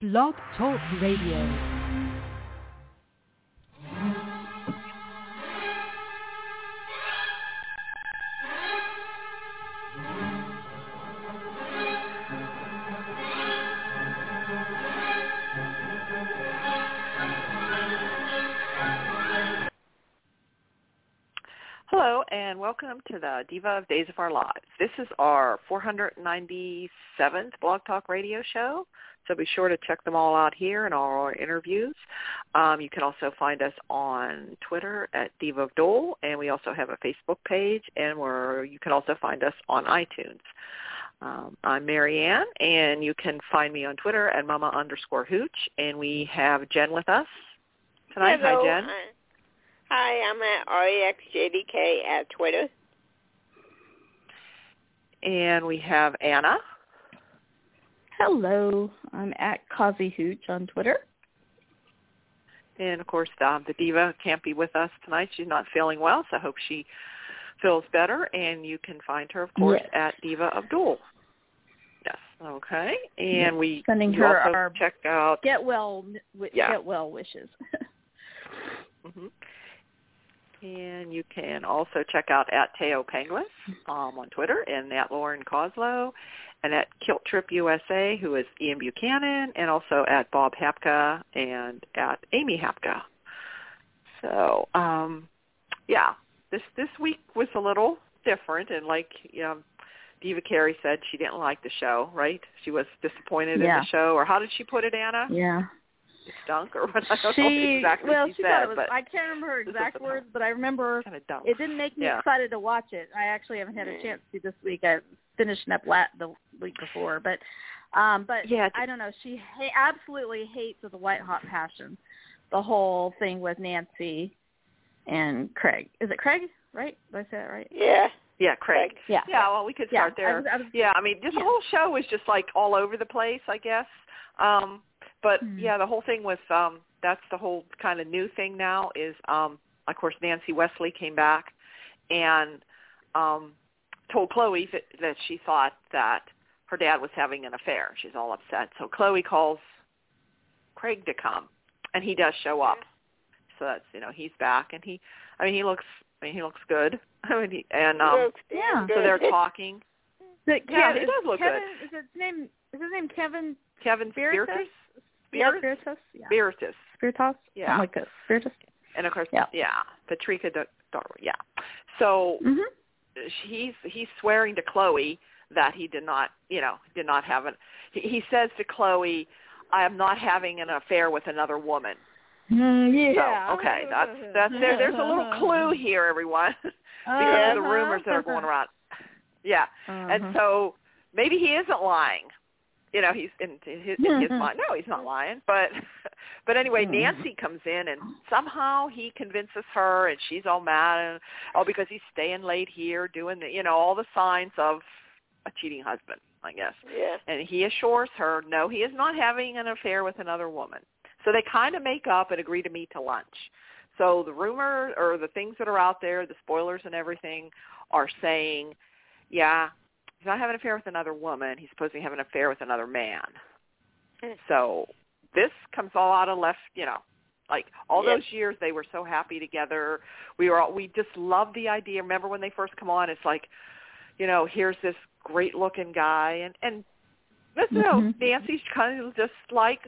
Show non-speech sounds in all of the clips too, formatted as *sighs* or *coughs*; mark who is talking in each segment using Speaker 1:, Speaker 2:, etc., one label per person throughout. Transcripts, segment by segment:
Speaker 1: Blog Talk Radio.
Speaker 2: Hello, and welcome to the Diva of Days of Our Lives. This is our 497th Blog Talk Radio show, so be sure to check them all out here and all our interviews. Um, you can also find us on Twitter at Diva of Dole, and we also have a Facebook page, and where you can also find us on iTunes. Um, I'm Mary Ann, and you can find me on Twitter at Mama underscore Hooch, and we have Jen with us tonight.
Speaker 3: Hello.
Speaker 2: Hi, Jen.
Speaker 3: I- Hi, I'm at REXJDK at Twitter.
Speaker 2: And we have Anna.
Speaker 4: Hello, I'm at Kazi Hooch on Twitter.
Speaker 2: And of course, um, the diva can't be with us tonight. She's not feeling well, so I hope she feels better. And you can find her, of course,
Speaker 4: Yes.
Speaker 2: at Diva Abdul. Yes. Okay. And
Speaker 4: Yes.
Speaker 2: we
Speaker 4: Sending
Speaker 2: you
Speaker 4: her
Speaker 2: also
Speaker 4: our
Speaker 2: check out.
Speaker 4: get well w-
Speaker 2: Yeah.
Speaker 4: get
Speaker 2: *laughs*
Speaker 4: well wishes.
Speaker 2: mhm. Mm-hmm. And you can also check out at Teo Panglis um, on Twitter and at Lauren Coslow and at Kilt Trip USA, who is Ian Buchanan, and also at Bob Hapka and at Amy Hapka. So, um, yeah, this this week was a little different, and like you know, Diva Carey said, she didn't like the show, right? She was disappointed in
Speaker 4: Yeah.
Speaker 2: the show, or how did she put it, Anna?
Speaker 4: yeah.
Speaker 2: It stunk, or what? *laughs* I don't know
Speaker 4: She
Speaker 2: exactly
Speaker 4: well,
Speaker 2: what
Speaker 4: she
Speaker 2: said,
Speaker 4: thought it was.
Speaker 2: but
Speaker 4: I can't remember her
Speaker 2: this is
Speaker 4: exact
Speaker 2: about-
Speaker 4: words, but I remember
Speaker 2: kind of dumb.
Speaker 4: it didn't make me
Speaker 2: Yeah.
Speaker 4: excited to watch it. I actually haven't had a
Speaker 3: Mm.
Speaker 4: chance to this week. I finishing up la- the week before, but um, but
Speaker 2: Yeah,
Speaker 4: I don't know. She ha- absolutely hates with a white hot passion the whole thing with Nancy and Craig. Is it Craig? Right? Did I say that right?
Speaker 3: Yeah.
Speaker 2: yeah, Craig.
Speaker 4: Yeah.
Speaker 2: Yeah, well, we could
Speaker 4: Yeah.
Speaker 2: start there.
Speaker 4: I was- I was-
Speaker 2: yeah, I mean, this
Speaker 4: Yeah.
Speaker 2: whole show was just like all over the place, I guess. Um, but
Speaker 4: Hmm.
Speaker 2: yeah, the whole thing with um, that's the whole kind of new thing now is, um, of course, Nancy Wesley came back and um, told Chloe that, that she thought that her dad was having an affair. She's all upset, so Chloe calls Craig to come, and he does show up. So that's you know he's back, and he, I mean, he looks, I mean, he looks good. *laughs* I mean, he, and um,
Speaker 3: Looks
Speaker 4: yeah.
Speaker 2: so
Speaker 3: *laughs*
Speaker 2: they're talking.
Speaker 4: Is it
Speaker 2: Yeah,
Speaker 4: Kev-
Speaker 2: he does
Speaker 4: is
Speaker 2: look
Speaker 4: Kevin, Is his name? Is his name Kevin
Speaker 2: Kevin
Speaker 4: Spiritus?
Speaker 2: Spiritus?
Speaker 4: Yeah,
Speaker 2: Spiritus?
Speaker 4: Spiritus. Yeah.
Speaker 2: Spiritus.
Speaker 4: Spiritus.
Speaker 2: Yeah.
Speaker 4: Something like this. Spiritus.
Speaker 2: And of course,
Speaker 4: Yeah.
Speaker 2: Patricia Dar- Darwin, yeah. So
Speaker 4: Mhm.
Speaker 2: he's he's swearing to Chloe that he did not, you know, did not have an. He, he says to Chloe, "I am not having an affair with another woman."
Speaker 4: Mm,
Speaker 2: So,
Speaker 4: yeah.
Speaker 2: okay, that's that's there. There's a
Speaker 4: *laughs*
Speaker 2: little clue here, everyone, *laughs* because of the
Speaker 4: Uh-huh.
Speaker 2: rumors that are going around. Yeah.
Speaker 4: Uh-huh.
Speaker 2: And so maybe he isn't lying. You know, he's in in his, in his mind. No, he's not lying. But *laughs* but anyway, Nancy comes in and somehow he convinces her, and she's all mad and oh because he's staying late here, doing the you know all the signs of a cheating husband, I guess.
Speaker 3: Yeah.
Speaker 2: And he assures her, no, he is not having an affair with another woman. So they kind of make up and agree to meet to lunch. So the rumor or the things that are out there, the spoilers and everything, are saying, yeah, he's not having an affair with another woman. He's supposed to have an affair with another man.
Speaker 3: Mm.
Speaker 2: So this comes all out of left, you know. Like all
Speaker 3: Yep.
Speaker 2: those years, they were so happy together. We were all, we just loved the idea. Remember when they first come on? It's like, you know, here's this great looking guy, and and let's know
Speaker 4: Mhm.
Speaker 2: Nancy's kind of just like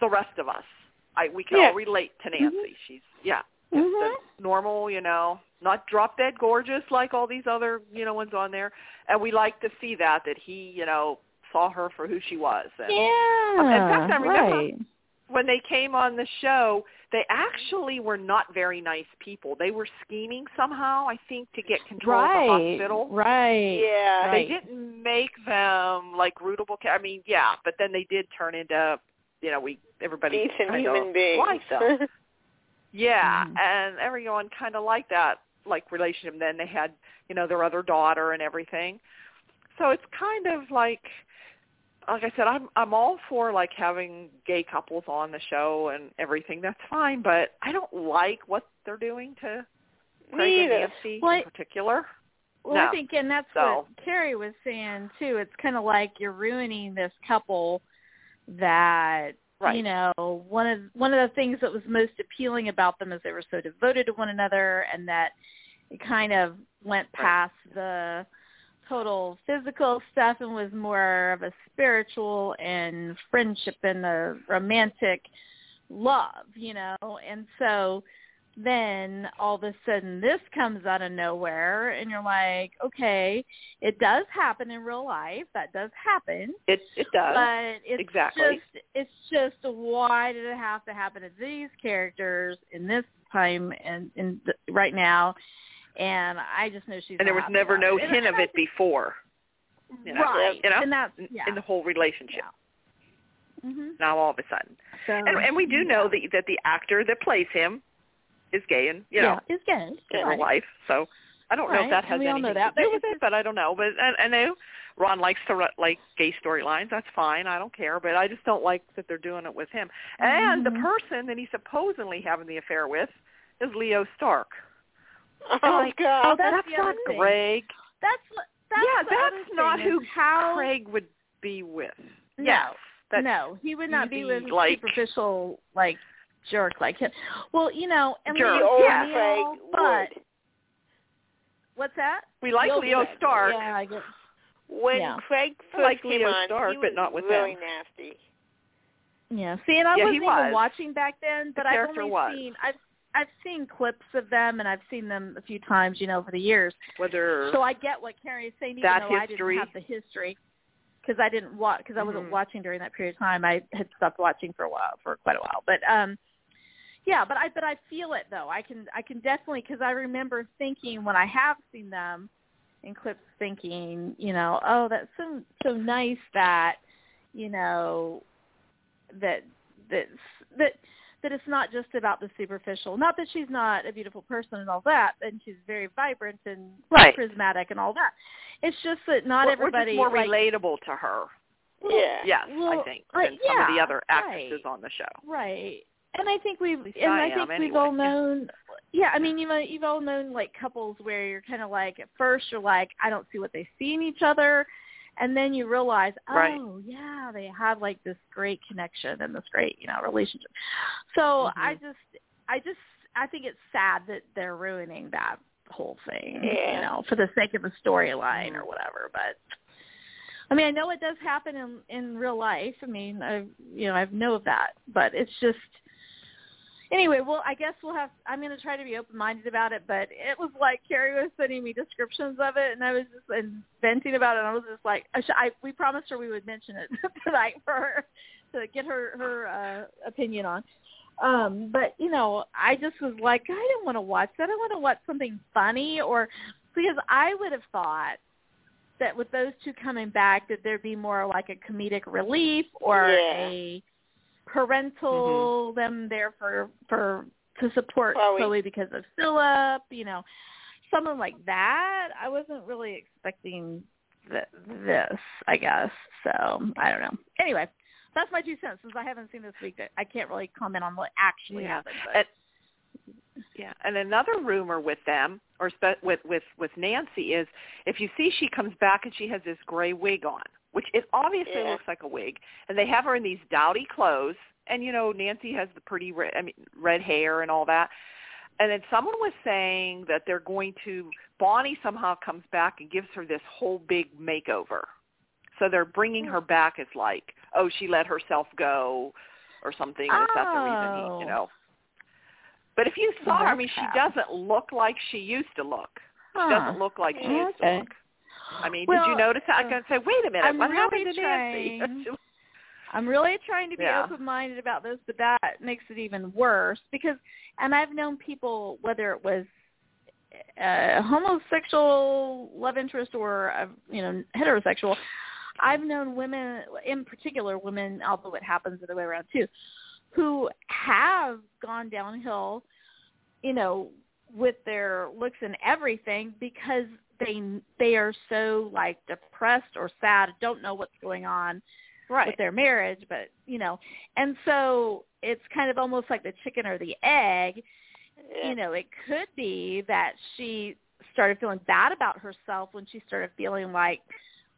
Speaker 2: the rest of us. I we can
Speaker 3: Yeah.
Speaker 2: all relate to Nancy.
Speaker 4: Mm-hmm.
Speaker 2: She's yeah, just
Speaker 4: Mhm.
Speaker 2: a normal, you know, not drop dead gorgeous like all these other you know ones on there. And we like to see that that he you know saw her for who she was. And
Speaker 4: Yeah.
Speaker 2: fact, I remember-
Speaker 4: right.
Speaker 2: when they came on the show, they actually were not very nice people. They were scheming somehow, I think, to get control
Speaker 4: right.
Speaker 2: of the hospital.
Speaker 4: Right.
Speaker 3: Yeah.
Speaker 2: Uh, They
Speaker 4: Right.
Speaker 2: didn't make them like rootable. Ca- I mean, yeah, but then they did turn into, you know, we everybody
Speaker 3: Decent
Speaker 2: kind
Speaker 3: human
Speaker 2: of
Speaker 3: beings.
Speaker 2: liked
Speaker 3: *laughs*
Speaker 2: them. Yeah,
Speaker 4: Mhm.
Speaker 2: and everyone kind of liked that like relationship. Then they had, you know, their other daughter and everything. So it's kind of like, like I said, I'm I'm all for like having gay couples on the show and everything. That's fine, but I don't like what they're doing to Craig
Speaker 3: Me
Speaker 2: and
Speaker 3: either.
Speaker 2: Nancy
Speaker 4: Well, I-
Speaker 2: in particular.
Speaker 4: Well,
Speaker 2: No.
Speaker 4: I think, and that's
Speaker 2: So-
Speaker 4: what Carrie was saying too. It's kind of like you're ruining this couple that
Speaker 2: Right.
Speaker 4: you know one of one of the things that was most appealing about them is they were so devoted to one another and that it kind of went past the total physical stuff and was more of a spiritual and friendship and a romantic love you know and so then all of a sudden this comes out of nowhere and you're like okay it does happen in real life that does happen
Speaker 2: It it does.
Speaker 4: but it's
Speaker 2: Exactly.
Speaker 4: just it's just why did it have to happen to these characters in this time and in th- right now? And I just know she's.
Speaker 2: and there was
Speaker 4: not happy
Speaker 2: never
Speaker 4: about
Speaker 2: no
Speaker 4: it. And
Speaker 2: hint of
Speaker 4: I-
Speaker 2: it before you know,
Speaker 4: right?
Speaker 2: you know,
Speaker 4: and that's
Speaker 2: in-
Speaker 4: yeah.
Speaker 2: in the whole relationship.
Speaker 4: Mhm.
Speaker 2: Now all of a sudden,
Speaker 4: So,
Speaker 2: and, and we do know that that the actor that plays him is gay, and you know,
Speaker 4: yeah, it's good.
Speaker 2: in
Speaker 4: right.
Speaker 2: real life. So I don't know if
Speaker 4: Right,
Speaker 2: that
Speaker 4: and
Speaker 2: has
Speaker 4: we all
Speaker 2: anything
Speaker 4: know that,
Speaker 2: to do
Speaker 4: but
Speaker 2: with
Speaker 4: it's
Speaker 2: it, but I don't know. But I, I know Ron likes to write, like gay storylines. That's fine. I don't care. But I just don't like that they're doing it with him. And the
Speaker 4: Mhm.
Speaker 2: person that he's supposedly having the affair with is Leo Stark.
Speaker 3: Oh,
Speaker 2: I'm like,
Speaker 3: God.
Speaker 4: Oh, that's the
Speaker 2: not
Speaker 4: other thing.
Speaker 2: Greg.
Speaker 4: That's what- that's
Speaker 2: yeah,
Speaker 4: the other
Speaker 2: that's
Speaker 4: thing
Speaker 2: not
Speaker 4: is
Speaker 2: who
Speaker 4: how
Speaker 2: Craig would be with.
Speaker 4: No.
Speaker 2: Yes, that's
Speaker 4: no, he would not be
Speaker 2: easy,
Speaker 4: with a
Speaker 2: like-
Speaker 4: superficial like jerk like him. Well, you know, and
Speaker 2: Jerk,
Speaker 3: The
Speaker 4: Leo,
Speaker 3: old
Speaker 2: yeah.
Speaker 4: Leo,
Speaker 3: Craig
Speaker 4: but what's that?
Speaker 2: we like
Speaker 4: You'll
Speaker 2: Leo
Speaker 4: be-
Speaker 2: Stark.
Speaker 4: Yeah, I guess.
Speaker 3: Wood. When
Speaker 4: Yeah.
Speaker 3: Craig
Speaker 2: I
Speaker 3: first
Speaker 2: like
Speaker 3: came
Speaker 2: Leo
Speaker 3: on,
Speaker 2: Stark,
Speaker 3: he
Speaker 2: but
Speaker 3: was
Speaker 2: not with
Speaker 3: really
Speaker 2: him.
Speaker 3: nasty.
Speaker 4: Yeah. See, and I
Speaker 2: Yeah, he
Speaker 4: wasn't
Speaker 2: was.
Speaker 4: even watching back then, but I've
Speaker 2: character
Speaker 4: only
Speaker 2: was.
Speaker 4: seen I've I've seen clips of them, and I've seen them a few times, you know, over the years.
Speaker 2: Whether
Speaker 4: So I get what Carrie is saying, even
Speaker 2: That
Speaker 4: though
Speaker 2: history.
Speaker 4: I didn't have the history because I didn't watch because I wasn't
Speaker 2: Mhm.
Speaker 4: watching during that period of time. I had stopped watching for a while, for quite a while. But um, yeah, but I but I feel it though. I can I can definitely because I remember thinking when I have seen them in clips, thinking you know, oh that's so so nice that you know that that that that it's not just about the superficial. Not that she's not a beautiful person and all that, and she's very vibrant and
Speaker 2: Right.
Speaker 4: prismatic and all that. It's just that not
Speaker 2: we're,
Speaker 4: everybody
Speaker 2: we're just more
Speaker 4: like,
Speaker 2: relatable to her.
Speaker 3: Yeah.
Speaker 2: Yes, I
Speaker 4: well,
Speaker 2: think
Speaker 4: uh,
Speaker 2: than some of the
Speaker 4: yeah,
Speaker 2: other actresses
Speaker 4: right.
Speaker 2: on the show.
Speaker 4: Right. And I think we've
Speaker 2: least
Speaker 4: and
Speaker 2: I
Speaker 4: I,
Speaker 2: am,
Speaker 4: think we've all
Speaker 2: anyway. *laughs*
Speaker 4: known yeah, I mean you know you've all known like couples where you're kinda like at first you're like, I don't see what they see in each other and then you realize, oh
Speaker 2: Right.
Speaker 4: yeah, they have like this great connection and this great, you know, relationship. So I
Speaker 2: Mhm.
Speaker 4: just I just I think it's sad that they're ruining that whole thing.
Speaker 3: Yeah.
Speaker 4: You know, for the sake of a storyline or whatever, but I mean, I know it does happen in in real life. I mean, I you know, I know of that, but it's just anyway. Well, I guess we'll have. I'm going to try to be open minded about it, but it was like Carrie was sending me descriptions of it, and I was just and venting about it. And I was just like, I, sh- I we promised her we would mention it *laughs* tonight for her to get her her uh, opinion on. Um, but you know, I just was like, I didn't want to watch that. I want to watch something funny, or because I would have thought that with those two coming back, that there'd be more like a comedic relief or
Speaker 3: Yeah. Mm-hmm.
Speaker 4: a parental them there for for to support
Speaker 3: Chloe.
Speaker 4: Chloe because of Philip, you know, something like that. I wasn't really expecting th- this, I guess. So I don't know. Anyway, that's my two cents since I haven't seen this week. that I can't really comment on what actually
Speaker 2: Yeah.
Speaker 4: happened. But,
Speaker 2: And- Yeah, and another rumor with them, or spe- with with with Nancy, is if you see she comes back and she has this gray wig on, which it obviously
Speaker 3: Yeah.
Speaker 2: looks like a wig, and they have her in these dowdy clothes, and you know Nancy has the pretty red, I mean red hair and all that, and then someone was saying that they're going to Bonnie somehow comes back and gives her this whole big makeover, so they're bringing her back as like oh she let herself go, or something, and it's not the reason he,
Speaker 4: Oh.
Speaker 2: you know. But if you saw her, I mean, she
Speaker 4: Okay.
Speaker 2: doesn't look like she used to look. She
Speaker 4: Huh.
Speaker 2: doesn't look like she used to
Speaker 4: Okay.
Speaker 2: look. I mean, did you
Speaker 4: Well,
Speaker 2: notice that? I
Speaker 4: uh,
Speaker 2: can say, wait a minute,
Speaker 4: I'm
Speaker 2: what happened
Speaker 4: really
Speaker 2: to Nancy?
Speaker 4: trying- I'm really trying to be
Speaker 2: Yeah.
Speaker 4: open-minded about this, but that makes it even worse because, and I've known people whether it was uh, a homosexual love interest or a, you know heterosexual. I've known women, in particular women, although it happens the other way around too, who have gone downhill, you know, with their looks and everything because they they are so like depressed or sad, don't know what's going on with
Speaker 2: right.
Speaker 4: their marriage, but you know, and so it's kind of almost like the chicken or the egg.
Speaker 3: Yeah.
Speaker 4: You know, it could be that she started feeling bad about herself when she started feeling like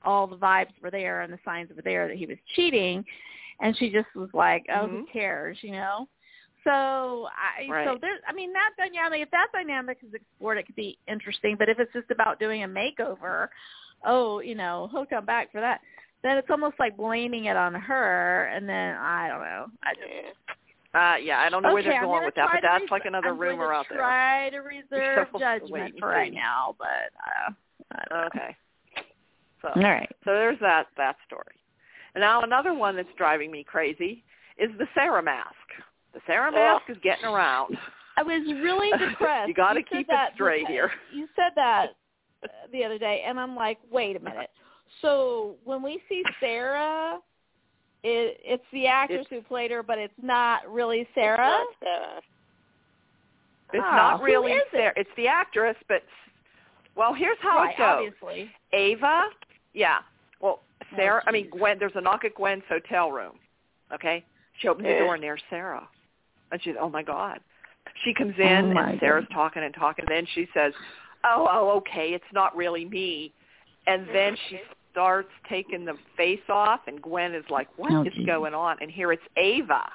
Speaker 4: all the vibes were there and the signs were there that he was cheating, and she just was like, "Oh, who
Speaker 2: Mhm.
Speaker 4: cares?" You know. So I so
Speaker 2: Right.
Speaker 4: there's I mean that dynamic if that dynamic is explored it could be interesting but if it's just about doing a makeover oh you know he'll come back for that then it's almost like blaming it on her and then I don't know I just
Speaker 2: *laughs*
Speaker 3: Yeah.
Speaker 2: Uh, yeah, I don't know where
Speaker 4: Okay,
Speaker 2: they're
Speaker 4: I'm
Speaker 2: going
Speaker 4: gonna
Speaker 2: with that,
Speaker 4: try
Speaker 2: but
Speaker 4: to
Speaker 2: that's
Speaker 4: res-
Speaker 2: like another
Speaker 4: I'm going
Speaker 2: rumor
Speaker 4: to
Speaker 2: out there. *laughs*
Speaker 4: Try to reserve
Speaker 2: So, wait
Speaker 4: judgment
Speaker 2: and
Speaker 4: for right
Speaker 2: see.
Speaker 4: now, but uh, I don't know.
Speaker 2: Okay. So
Speaker 4: All right.
Speaker 2: so there's that that story. And now another one that's driving me crazy is the Sarah mask. The Sarah mask is getting around.
Speaker 4: I was
Speaker 2: *laughs*
Speaker 4: really depressed.
Speaker 2: you got to
Speaker 4: said
Speaker 2: keep it
Speaker 4: that
Speaker 2: straight
Speaker 4: because-
Speaker 2: here.
Speaker 4: You said that uh, the other day, and I'm like, wait a minute. So when we see Sarah, it, it's the actress
Speaker 2: It's-
Speaker 4: who played her, but it's not really Sarah.
Speaker 3: Not Sarah.
Speaker 2: It's
Speaker 4: Ah,
Speaker 2: not
Speaker 4: who
Speaker 2: really
Speaker 4: is it?
Speaker 2: Sarah. It's the actress, but well, here's how
Speaker 4: right,
Speaker 2: it goes.
Speaker 4: obviously.
Speaker 2: Ava, yeah. Well, Sarah. I mean,
Speaker 4: Oh, geez.
Speaker 2: Gwen. There's a knock at Gwen's hotel room. Okay. She opens
Speaker 4: Eh.
Speaker 2: the
Speaker 3: Yeah.
Speaker 2: door and there's Sarah, and she's oh my god. She comes
Speaker 4: Oh,
Speaker 2: in
Speaker 4: my
Speaker 2: and Sarah's talking and talking. Then she says, oh oh okay, it's not really me. And then she
Speaker 4: Mm-hmm.
Speaker 2: starts taking the face off, and Gwen is like, what is
Speaker 4: Oh, geez.
Speaker 2: going on? And here it's Ava.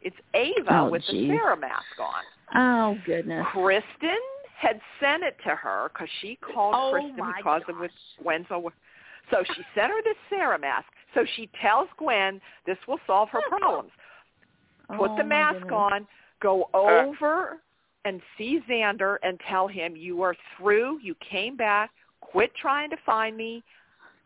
Speaker 2: It's Ava
Speaker 4: Oh,
Speaker 2: with
Speaker 4: geez.
Speaker 2: the Sarah mask on.
Speaker 4: Oh goodness.
Speaker 2: Kristen had sent it to her because she called
Speaker 4: Oh
Speaker 2: Kristen
Speaker 4: my
Speaker 2: because of
Speaker 4: gosh.
Speaker 2: with Gwen's awa- So she sent her this Sarah mask. So she tells Gwen this will solve her problems. Put
Speaker 4: Oh, my
Speaker 2: the mask
Speaker 4: goodness.
Speaker 2: on, go over and see Xander and tell him you are through, you came back, quit trying to find me.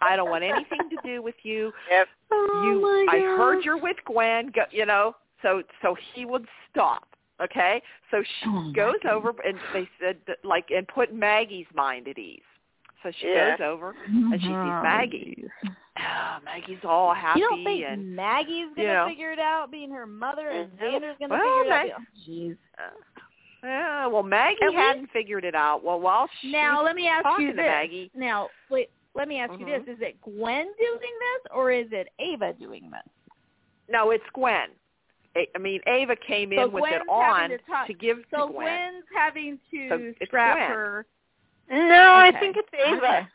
Speaker 2: I don't want anything to do with you
Speaker 3: Yep.
Speaker 4: *laughs* Oh
Speaker 2: you
Speaker 4: my
Speaker 2: I heard
Speaker 4: gosh.
Speaker 2: you're with Gwen, go, you know, so so he would stop, okay? So she
Speaker 4: Oh, my
Speaker 2: goes
Speaker 4: goodness.
Speaker 2: over and they said that, like and put Maggie's mind at ease. So she
Speaker 3: Yeah.
Speaker 2: goes over and she sees Maggie. Oh, Maggie's all happy
Speaker 4: You don't think
Speaker 2: and
Speaker 4: Maggie's
Speaker 2: you
Speaker 4: gonna
Speaker 2: know.
Speaker 4: figure it out, being her mother, and
Speaker 3: Mhm.
Speaker 4: Xander's gonna
Speaker 2: Well,
Speaker 4: figure
Speaker 2: they-
Speaker 4: it out? Jeez.
Speaker 2: yeah, Ah, well Maggie
Speaker 4: At least-
Speaker 2: hadn't figured it out. Well, while she
Speaker 4: Now let me ask
Speaker 2: talking
Speaker 4: you
Speaker 2: to
Speaker 4: this.
Speaker 2: Maggie.
Speaker 4: Now wait, let me ask you
Speaker 2: Mhm.
Speaker 4: this: Is it Gwen doing this, or is it Ava doing this?
Speaker 2: no, it's Gwen. A- I mean, Ava came in
Speaker 4: So
Speaker 2: with
Speaker 4: Gwen's
Speaker 2: it on
Speaker 4: having to talk-
Speaker 2: give
Speaker 4: So
Speaker 2: to Gwen.
Speaker 4: Gwen's having to
Speaker 2: So it's
Speaker 4: strap
Speaker 2: Gwen.
Speaker 4: her.
Speaker 3: No,
Speaker 4: Okay.
Speaker 3: I think it's Ava.
Speaker 4: Okay.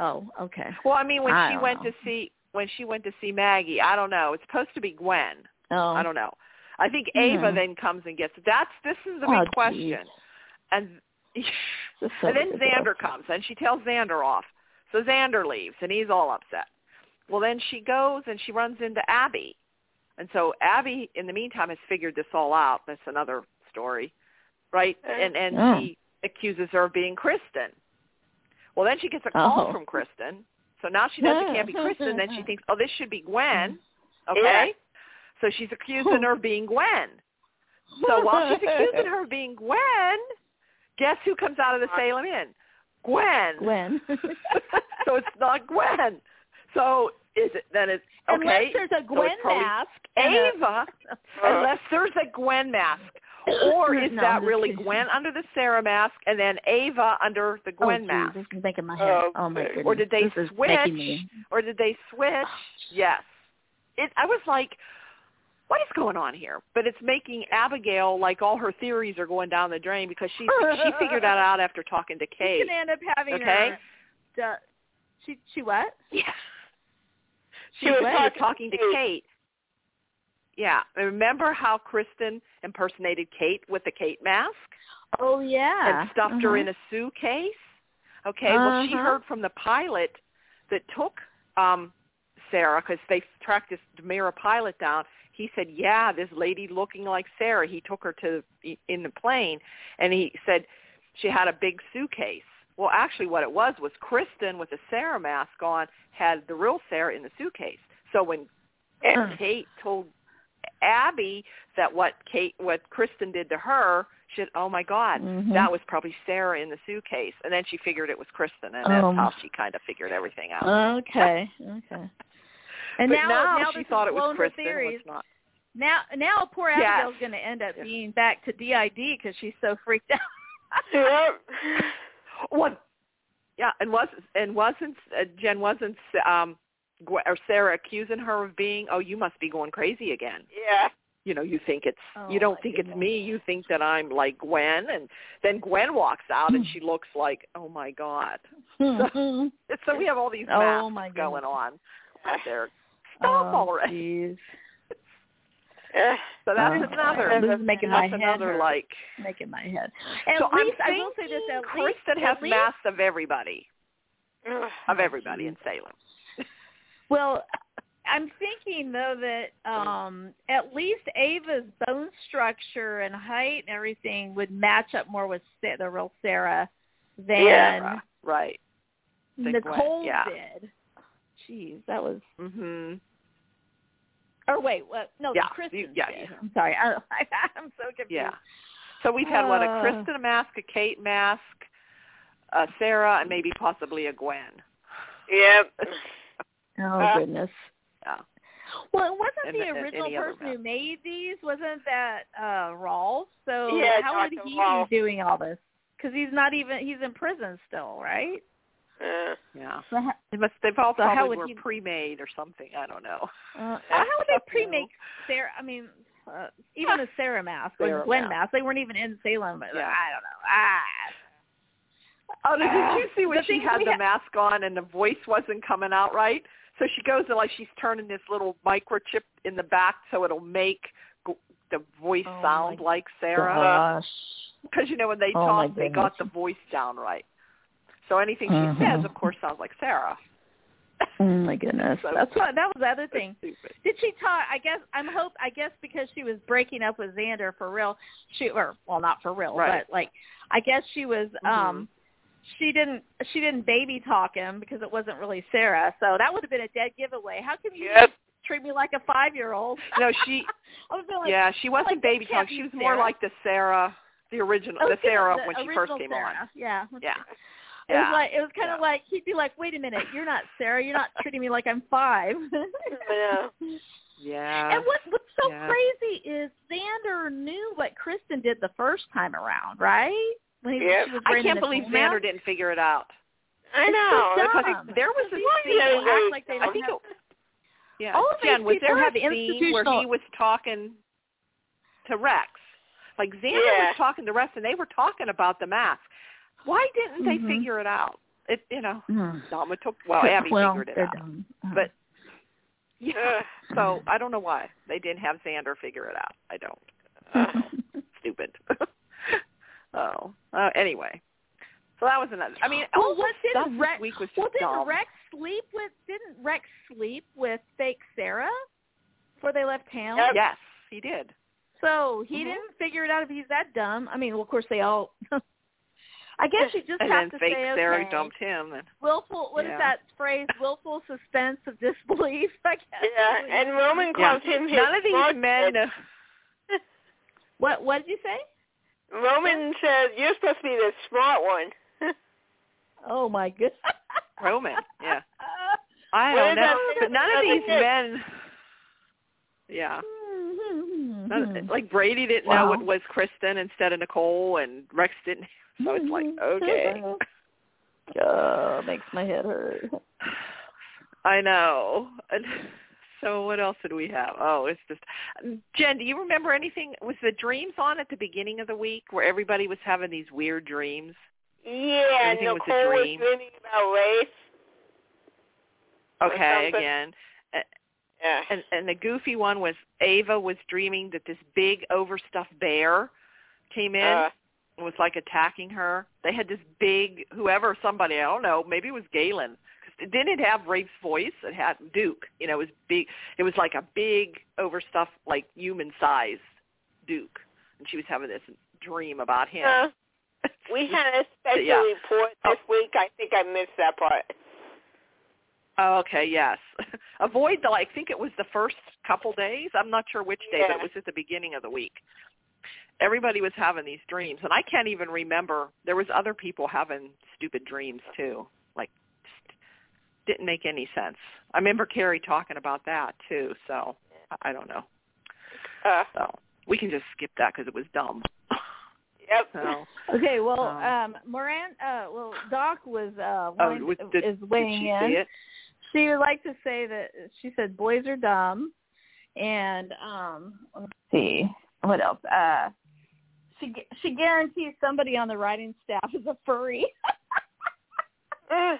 Speaker 4: Oh, okay.
Speaker 2: Well, I mean, when
Speaker 4: I
Speaker 2: she
Speaker 4: don't
Speaker 2: went
Speaker 4: know.
Speaker 2: to see when she went to see Maggie, I don't know. It's supposed to be Gwen.
Speaker 4: Oh,
Speaker 2: I don't know. I think
Speaker 4: Hmm.
Speaker 2: Ava then comes and gets that's this is the
Speaker 4: Oh,
Speaker 2: big
Speaker 4: geez.
Speaker 2: question.
Speaker 4: *laughs*
Speaker 2: And *laughs*
Speaker 4: Just so
Speaker 2: and then
Speaker 4: ridiculous.
Speaker 2: Xander comes and she tells Xander off. So Xander leaves and he's all upset. Well then she goes and she runs into Abby. And so Abby in the meantime has figured this all out. That's another story. Right? And and
Speaker 4: Uh, Yeah.
Speaker 2: she accuses her of being Kristen. Well then she gets a call
Speaker 4: Oh.
Speaker 2: from Kristen. So now she knows it can't
Speaker 4: *laughs*
Speaker 2: be Kristen. Then she thinks, Oh, this should be Gwen. Okay? So she's accusing her of being
Speaker 4: *laughs*
Speaker 2: Gwen. So while she's *laughs* accusing her of being Gwen, guess who comes out of the Salem Inn? Gwen.
Speaker 4: *laughs* Gwen.
Speaker 2: *laughs* so it's not Gwen. So is it then it's
Speaker 4: Unless
Speaker 2: okay
Speaker 4: there's Uh-huh. a
Speaker 2: so
Speaker 4: Gwen
Speaker 2: it's probably
Speaker 4: mask. and a-
Speaker 2: Ava unless there's a Gwen mask. Or is
Speaker 4: No, I'm
Speaker 2: that
Speaker 4: just
Speaker 2: really
Speaker 4: kidding.
Speaker 2: Gwen under the Sarah mask and then Ava under the
Speaker 4: Oh,
Speaker 2: Gwen
Speaker 4: geez,
Speaker 2: mask?
Speaker 4: This is making my head.
Speaker 3: Oh,
Speaker 4: Oh, my goodness.
Speaker 2: Or did they
Speaker 4: this is making
Speaker 2: switch?
Speaker 4: me-
Speaker 2: Or did they switch? Yes. It I was like, what is going on here? But it's making Abigail like all her theories are going down the drain because she she figured that out after talking to
Speaker 4: She's
Speaker 2: Kate.
Speaker 4: gonna end up having
Speaker 2: okay?
Speaker 4: her. du- She she what?
Speaker 2: Yeah. She
Speaker 4: She
Speaker 2: was
Speaker 4: was
Speaker 2: talking, to Kate. Yeah. And Remember how Kristen impersonated Kate with the Kate mask
Speaker 4: Oh yeah.
Speaker 2: and stuffed her in
Speaker 4: Uh-huh.
Speaker 2: a suitcase? Okay. Well, she
Speaker 4: Uh-huh.
Speaker 2: heard from the pilot that took um Sarah because they tracked this Demira pilot down. He said, "Yeah, this lady looking like Sarah." He took her to in the plane, and he said she had a big suitcase. Well, actually, what it was was Kristen with a Sarah mask on had the real Sarah in the suitcase. So when
Speaker 4: Uh.
Speaker 2: Kate told Abby that what Kate what Kristen did to her, she said, "Oh my God,
Speaker 4: Mhm.
Speaker 2: that was probably Sarah in the suitcase." And then she figured it was Kristen, and
Speaker 4: Um.
Speaker 2: that's how she kind of figured everything out.
Speaker 4: Okay. Okay. Uh, And
Speaker 2: but
Speaker 4: now,
Speaker 2: now,
Speaker 4: now
Speaker 2: she
Speaker 4: this
Speaker 2: thought
Speaker 4: has
Speaker 2: it was
Speaker 4: blown her
Speaker 2: Kristen.
Speaker 4: theories.
Speaker 2: was not.
Speaker 4: Now, now poor
Speaker 2: Yes.
Speaker 4: Abigail's going to end up
Speaker 2: Yeah.
Speaker 4: being back to DID because she's so freaked out.
Speaker 3: *laughs* Yep.
Speaker 2: Well, yeah, and was and wasn't uh, Jen wasn't um Gwe- or Sarah accusing her of being? Oh, you must be going crazy again.
Speaker 3: Yeah.
Speaker 2: You know, you think it's
Speaker 4: Oh,
Speaker 2: you don't
Speaker 4: my
Speaker 2: think it's
Speaker 4: goodness.
Speaker 2: me. You think that I'm like Gwen, and then Gwen walks out
Speaker 4: Hmm.
Speaker 2: and she looks like, oh my
Speaker 4: *laughs*
Speaker 2: God. *laughs* *laughs* So we have all these
Speaker 4: Oh,
Speaker 2: masks
Speaker 4: my
Speaker 2: going
Speaker 3: *sighs*
Speaker 4: goodness. *laughs* Um,
Speaker 2: on out there. off
Speaker 5: Oh,
Speaker 2: already. *laughs*
Speaker 5: jeez.
Speaker 3: Ugh.
Speaker 2: So that's
Speaker 4: Um,
Speaker 5: Oh.
Speaker 2: another.
Speaker 5: This is making my
Speaker 2: That's
Speaker 5: head
Speaker 2: another
Speaker 5: hurt.
Speaker 2: like.
Speaker 5: Making my head.
Speaker 4: At
Speaker 2: so
Speaker 4: least
Speaker 2: I'm
Speaker 4: I will say this:
Speaker 2: thinking
Speaker 4: at least,
Speaker 2: Kristen has
Speaker 4: at least,
Speaker 2: masks of everybody,
Speaker 3: Ugh.
Speaker 2: of everybody in Salem.
Speaker 4: Well, I'm thinking though that um at least Ava's bone structure and height and everything would match up more with Sa- the real Sarah than
Speaker 3: Yeah.
Speaker 2: Right. think what?
Speaker 4: Nicole
Speaker 2: Yeah.
Speaker 4: did. Jeez, that was.
Speaker 2: Mhm.
Speaker 4: Or wait, what? No,
Speaker 2: Yeah,
Speaker 4: Kristen
Speaker 2: you- yeah,
Speaker 4: did.
Speaker 2: you-
Speaker 4: I'm sorry, I, *laughs* I, I'm so confused.
Speaker 2: Yeah. So we've had what a
Speaker 4: Uh.
Speaker 2: Kristen mask, a Kate mask, a Sarah, and maybe possibly a Gwen.
Speaker 3: Yep.
Speaker 5: Oh
Speaker 3: Uh,
Speaker 5: goodness.
Speaker 2: Yeah.
Speaker 4: Well, it wasn't
Speaker 2: And-
Speaker 4: the
Speaker 2: and
Speaker 4: original
Speaker 2: any other
Speaker 4: person who made these, wasn't that uh Rolf? So
Speaker 3: Yeah,
Speaker 4: how would
Speaker 3: Dr.
Speaker 4: he
Speaker 3: Rolfe.
Speaker 4: be doing all this? Because he's not even he's in prison still, right?
Speaker 3: Uh,
Speaker 2: Yeah.
Speaker 5: So ha-
Speaker 2: They must. They've all
Speaker 4: So how
Speaker 2: probably
Speaker 4: would
Speaker 2: were
Speaker 4: he-
Speaker 2: pre-made or something. I don't know.
Speaker 4: Uh,
Speaker 3: Yeah.
Speaker 4: how would they pre-make Sarah? I mean, uh, even the Sarah mask or the
Speaker 2: Sarah
Speaker 4: Gwen
Speaker 2: mask.
Speaker 4: mask, they weren't even in Salem. But
Speaker 2: Yeah.
Speaker 4: I don't know. Ah,
Speaker 2: Oh, did you see when
Speaker 4: The
Speaker 2: she
Speaker 4: things
Speaker 2: had
Speaker 4: we
Speaker 2: the
Speaker 4: ha-
Speaker 2: mask on and the voice wasn't coming out right? So she goes and like she's turning this little microchip in the back so it'll make g- the voice
Speaker 5: Oh,
Speaker 2: sound
Speaker 5: my
Speaker 2: like Sarah.
Speaker 5: Gosh.
Speaker 2: Because you know when they
Speaker 5: Oh, my
Speaker 2: talk, they got the
Speaker 5: goodness.
Speaker 2: voice down right. So anything she
Speaker 4: Mm-hmm.
Speaker 5: Mhm.
Speaker 2: says, of course, sounds like Sarah. *laughs*
Speaker 5: Oh my goodness.
Speaker 2: So-
Speaker 5: That's
Speaker 4: that's what that was the other thing.
Speaker 2: Stupid.
Speaker 4: Did she talk? I guess I'm hope. I guess because she was breaking up with Xander for real. She or well, not for real,
Speaker 2: Right. Mm-hmm.
Speaker 4: but like I guess she was. um She didn't. She didn't baby talk him because it wasn't really Sarah. So that would have been a dead giveaway. How can you
Speaker 3: yep.
Speaker 4: treat me like a five year old?
Speaker 2: *laughs* No, she.
Speaker 4: *laughs* I would have been like,
Speaker 2: yeah, she wasn't
Speaker 4: like, this
Speaker 2: baby
Speaker 4: can't
Speaker 2: talk.
Speaker 4: be
Speaker 2: She was more
Speaker 4: Sarah.
Speaker 2: like the Sarah, the original,
Speaker 4: Oh,
Speaker 2: the
Speaker 4: good,
Speaker 2: Sarah
Speaker 4: the
Speaker 2: when she first
Speaker 4: original
Speaker 2: came
Speaker 4: Sarah.
Speaker 2: on.
Speaker 4: Yeah.
Speaker 2: Yeah.
Speaker 4: It was like it was kind
Speaker 2: Yeah.
Speaker 4: of like he'd be like, "Wait a minute, you're not Sarah.
Speaker 2: *laughs*
Speaker 4: You're not treating me like I'm
Speaker 3: *laughs*
Speaker 4: five.
Speaker 3: *laughs* Yeah.
Speaker 2: yeah.
Speaker 4: and what what's so
Speaker 2: Yeah.
Speaker 4: crazy is Xander knew what Kristen did the first time around, right? When he,
Speaker 3: Yep.
Speaker 4: she was
Speaker 2: I
Speaker 4: wearing
Speaker 2: can't
Speaker 4: the
Speaker 2: believe
Speaker 4: cool
Speaker 2: Xander
Speaker 4: mask.
Speaker 2: didn't figure it out.
Speaker 3: I know.
Speaker 4: It's so
Speaker 2: Because
Speaker 4: dumb.
Speaker 2: it- there was a
Speaker 4: These
Speaker 2: scene.
Speaker 4: people
Speaker 3: Yeah,
Speaker 4: act like they
Speaker 2: I
Speaker 4: don't
Speaker 2: think
Speaker 4: have-
Speaker 2: it, yeah.
Speaker 4: All of these
Speaker 2: Jen, was
Speaker 4: people
Speaker 2: there
Speaker 4: have
Speaker 2: a scene where he
Speaker 4: institutional-
Speaker 2: was talking to Rex? Like Xander
Speaker 3: Yeah.
Speaker 2: was talking to Rex, and they were talking about the mask. Why didn't they
Speaker 5: Mhm.
Speaker 2: figure it out? It you know,
Speaker 5: Mm.
Speaker 2: Dama took well, Oh, Abby
Speaker 5: well,
Speaker 2: figured it
Speaker 5: they're
Speaker 2: out.
Speaker 5: dumb.
Speaker 2: But *laughs* yeah,
Speaker 3: Ugh.
Speaker 2: so I don't know why they didn't have Xander figure it out. I don't.
Speaker 3: *laughs* Ugh.
Speaker 2: Stupid. *laughs* oh, uh, anyway. So that was another. I mean,
Speaker 4: Well,
Speaker 2: all
Speaker 4: what
Speaker 2: this
Speaker 4: did
Speaker 2: stuff this
Speaker 4: Rex-
Speaker 2: Oh, week was just
Speaker 4: well, didn't
Speaker 2: dumb.
Speaker 4: Rex sleep with? Didn't Rex sleep with fake Sarah before they left town?
Speaker 3: Yep.
Speaker 2: Yes, he did.
Speaker 4: So he
Speaker 2: Mhm.
Speaker 4: didn't figure it out if he's that dumb. I mean, well, of course they all. *laughs* I guess you just
Speaker 2: and then
Speaker 4: have to
Speaker 2: fake
Speaker 4: say
Speaker 2: Sarah
Speaker 4: okay.
Speaker 2: dumped him. And
Speaker 4: Willful. What is
Speaker 2: Yeah.
Speaker 4: that phrase? Willful suspense of disbelief. *laughs* I guess.
Speaker 3: Yeah. And Roman
Speaker 2: Yeah.
Speaker 3: calls him his
Speaker 2: none of these
Speaker 3: smart uh,
Speaker 2: men.
Speaker 3: kid.
Speaker 4: what What did you say?
Speaker 3: Roman says you're supposed to be the smart one.
Speaker 5: oh my goodness.
Speaker 2: Roman,
Speaker 4: *laughs*
Speaker 2: yeah. I
Speaker 3: What
Speaker 2: don't know,
Speaker 3: about
Speaker 2: but none of
Speaker 3: Sarah?
Speaker 2: these men. Yeah, none,
Speaker 4: Mm-hmm.
Speaker 2: like Brady didn't know
Speaker 5: Wow.
Speaker 2: it was Kristen instead of Nicole, and Rex didn't. *laughs* So it's
Speaker 4: *laughs*
Speaker 2: like
Speaker 4: Mm-hmm.
Speaker 2: okay,
Speaker 5: Oh, makes my head hurt.
Speaker 2: I know. And so what else did we have? Oh, it's just Jen. Do you remember anything? Was the dreams on at the beginning of the week where everybody was having these weird dreams?
Speaker 3: Yeah,
Speaker 2: Everything was a
Speaker 3: Nicole was
Speaker 2: dream.
Speaker 3: dreaming about race. Or
Speaker 2: Okay,
Speaker 3: something.
Speaker 2: again,
Speaker 3: Yeah.
Speaker 2: and and the goofy one was Ava was dreaming that this big overstuffed bear came in
Speaker 3: Uh,
Speaker 2: and was like attacking her. They had this big whoever somebody I don't know maybe it was Galen. 'Cause it Didn't it have Rafe's voice? It had Duke. You know, it was big. It was like a big overstuffed like human size Duke, and she was having this dream about him. *laughs*
Speaker 3: uh, we had a special
Speaker 2: Yeah.
Speaker 3: report this week. I think I missed that part.
Speaker 2: Oh, okay, yes. *laughs* Avoid the. I think it was the first couple days. I'm not sure which day, but it
Speaker 3: Yeah.
Speaker 2: was at the beginning of the week. Everybody was having these dreams, and I can't even remember. There was other people having stupid dreams too. Like, just didn't make any sense. I remember Carrie talking about that too. So I- I don't know.
Speaker 3: Uh,
Speaker 2: So we can just skip that because it was dumb. *laughs*
Speaker 3: yep. *laughs*
Speaker 2: So
Speaker 5: Okay, well,
Speaker 2: Oh.
Speaker 4: Um, Moran. Uh, well, Doc was uh,
Speaker 2: oh,
Speaker 4: wanting-
Speaker 2: was- did,
Speaker 5: is
Speaker 2: did
Speaker 5: weighing
Speaker 2: she
Speaker 5: in.
Speaker 2: see it?
Speaker 4: she would like to say that she said boys are dumb and um let's see what else uh she gu- she guarantees somebody on the writing staff is a
Speaker 2: *laughs*
Speaker 4: furry
Speaker 3: Uh,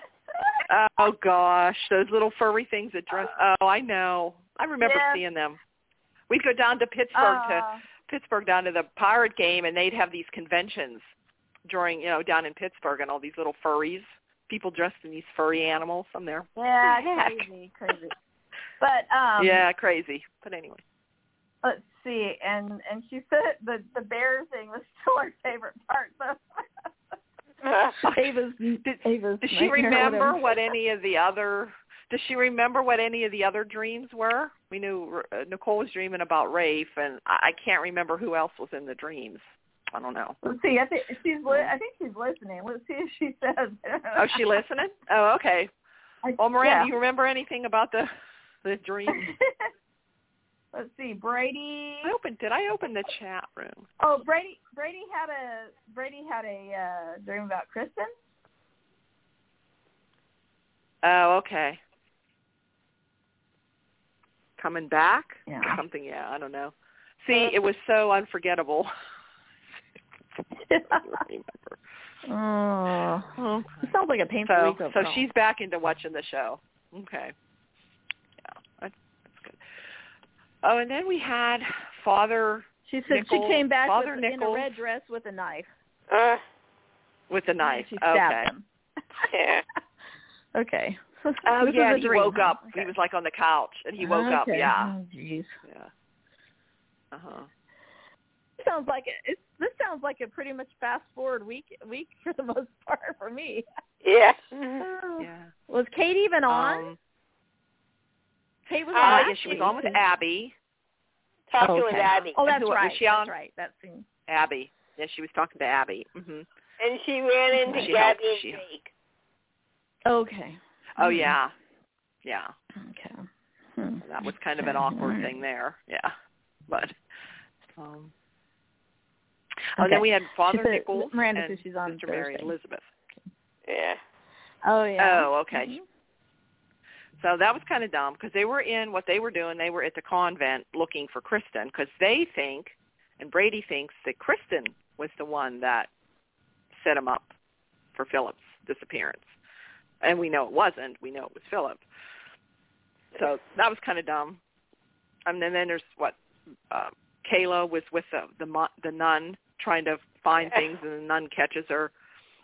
Speaker 5: Uh,
Speaker 2: Oh gosh, those little furry things that dress. Oh, I know. I remember
Speaker 4: Yes.
Speaker 2: seeing them. We'd go down to Pittsburgh to
Speaker 4: Uh,
Speaker 2: Pittsburgh down to the pirate game, and they'd have these conventions during you know down in Pittsburgh, and all these little furries, people dressed in these furry animals. I'm there.
Speaker 4: Uh, yeah,
Speaker 2: Heck.
Speaker 4: crazy, crazy. But um
Speaker 2: yeah, crazy. But anyway,
Speaker 4: let's see, and and she said the the bear thing was *laughs* still our favorite part. So
Speaker 5: *laughs* Ava's
Speaker 2: *laughs* Did-
Speaker 5: Ava's
Speaker 2: does she
Speaker 5: nightmare,
Speaker 2: remember
Speaker 5: whatever.
Speaker 2: what any of the other? Does she remember what any of the other dreams were? We knew uh, Nicole was dreaming about Rafe, and I I can't remember who else was in the dreams. I don't know.
Speaker 4: let's see, I think she's li- I think she's listening. Let's see if she says.
Speaker 2: Oh, is she listening? Oh, okay.
Speaker 4: *laughs* I-
Speaker 2: Well, Miranda,
Speaker 4: yeah.
Speaker 2: do you remember anything about the the dreams?
Speaker 4: *laughs* Let's see, Brady.
Speaker 2: I opened. Did I open the chat room?
Speaker 4: Oh, Brady. Brady had a Brady had a uh, dream about *laughs* Kristen.
Speaker 2: Oh, okay. Coming back?
Speaker 4: Yeah.
Speaker 2: Something, yeah, I don't know. See, it was so *laughs* unforgettable. I don't remember.
Speaker 5: Oh, it sounds like a painful
Speaker 2: So,
Speaker 5: week of
Speaker 2: so
Speaker 5: hell.
Speaker 2: she's back into watching the show. Okay. Yeah, that's that's good. Oh, and then we had Father
Speaker 5: She
Speaker 4: said
Speaker 2: Nichols-
Speaker 4: she came back
Speaker 2: Father
Speaker 4: with, in a
Speaker 2: Nichols
Speaker 4: red dress with a knife.
Speaker 3: Uh,
Speaker 2: with the
Speaker 4: and
Speaker 2: knife.
Speaker 4: She stabbed
Speaker 2: Okay.
Speaker 4: him. *laughs*
Speaker 3: yeah.
Speaker 5: okay.
Speaker 2: Oh,
Speaker 5: This is
Speaker 2: yeah,
Speaker 5: a
Speaker 2: he
Speaker 5: dream,
Speaker 2: woke
Speaker 5: huh?
Speaker 2: up.
Speaker 5: Okay.
Speaker 2: He was like on the couch, and he woke up.
Speaker 5: Okay.
Speaker 2: Yeah.
Speaker 5: Oh, jeez.
Speaker 2: Yeah. Uh huh.
Speaker 4: Sounds like it. It's, this sounds like a pretty much fast forward week week for the most *laughs* part for me.
Speaker 3: Yeah.
Speaker 5: Mm-hmm.
Speaker 2: Yeah.
Speaker 4: Was Kate even on?
Speaker 2: Um,
Speaker 4: Kate was
Speaker 3: uh,
Speaker 4: on.
Speaker 2: Uh,
Speaker 4: last
Speaker 2: yeah, she was
Speaker 4: week.
Speaker 2: on with
Speaker 5: Mm-hmm.
Speaker 2: Abby.
Speaker 3: Talking with
Speaker 5: Okay.
Speaker 3: Abby.
Speaker 4: Oh, that's
Speaker 2: Who- was
Speaker 4: right.
Speaker 2: she on?
Speaker 4: That's right. That scene.
Speaker 2: Abby. Yeah, she was talking to Abby. hmm
Speaker 3: And she ran into
Speaker 2: She helped-
Speaker 3: Gabby and
Speaker 2: she-
Speaker 3: Jake.
Speaker 5: Okay.
Speaker 2: Oh
Speaker 5: Mhm.
Speaker 2: yeah, yeah.
Speaker 5: Okay. Hmm.
Speaker 2: That was kind of an
Speaker 5: Okay,
Speaker 2: awkward
Speaker 5: alright.
Speaker 2: thing there. Yeah, *laughs* but. Um, oh,
Speaker 5: Okay.
Speaker 2: then we had Father
Speaker 5: said-
Speaker 2: Nichols
Speaker 5: Miranda
Speaker 2: and
Speaker 5: says she's on
Speaker 2: Sister Mary and
Speaker 5: Thursday.
Speaker 2: Elizabeth.
Speaker 3: Yeah.
Speaker 5: Oh yeah.
Speaker 2: Oh, okay.
Speaker 5: Mhm.
Speaker 2: So that was kind of dumb because they were in what they were doing. They were at the convent looking for Kristen because they think, and Brady thinks that Kristen was the one that set him up for Philip's disappearance. And we know it wasn't. We know it was Philip. So that was kind of dumb. And then, then there's what uh, Kayla was with the the, mon- the nun trying to find things, and the nun catches her,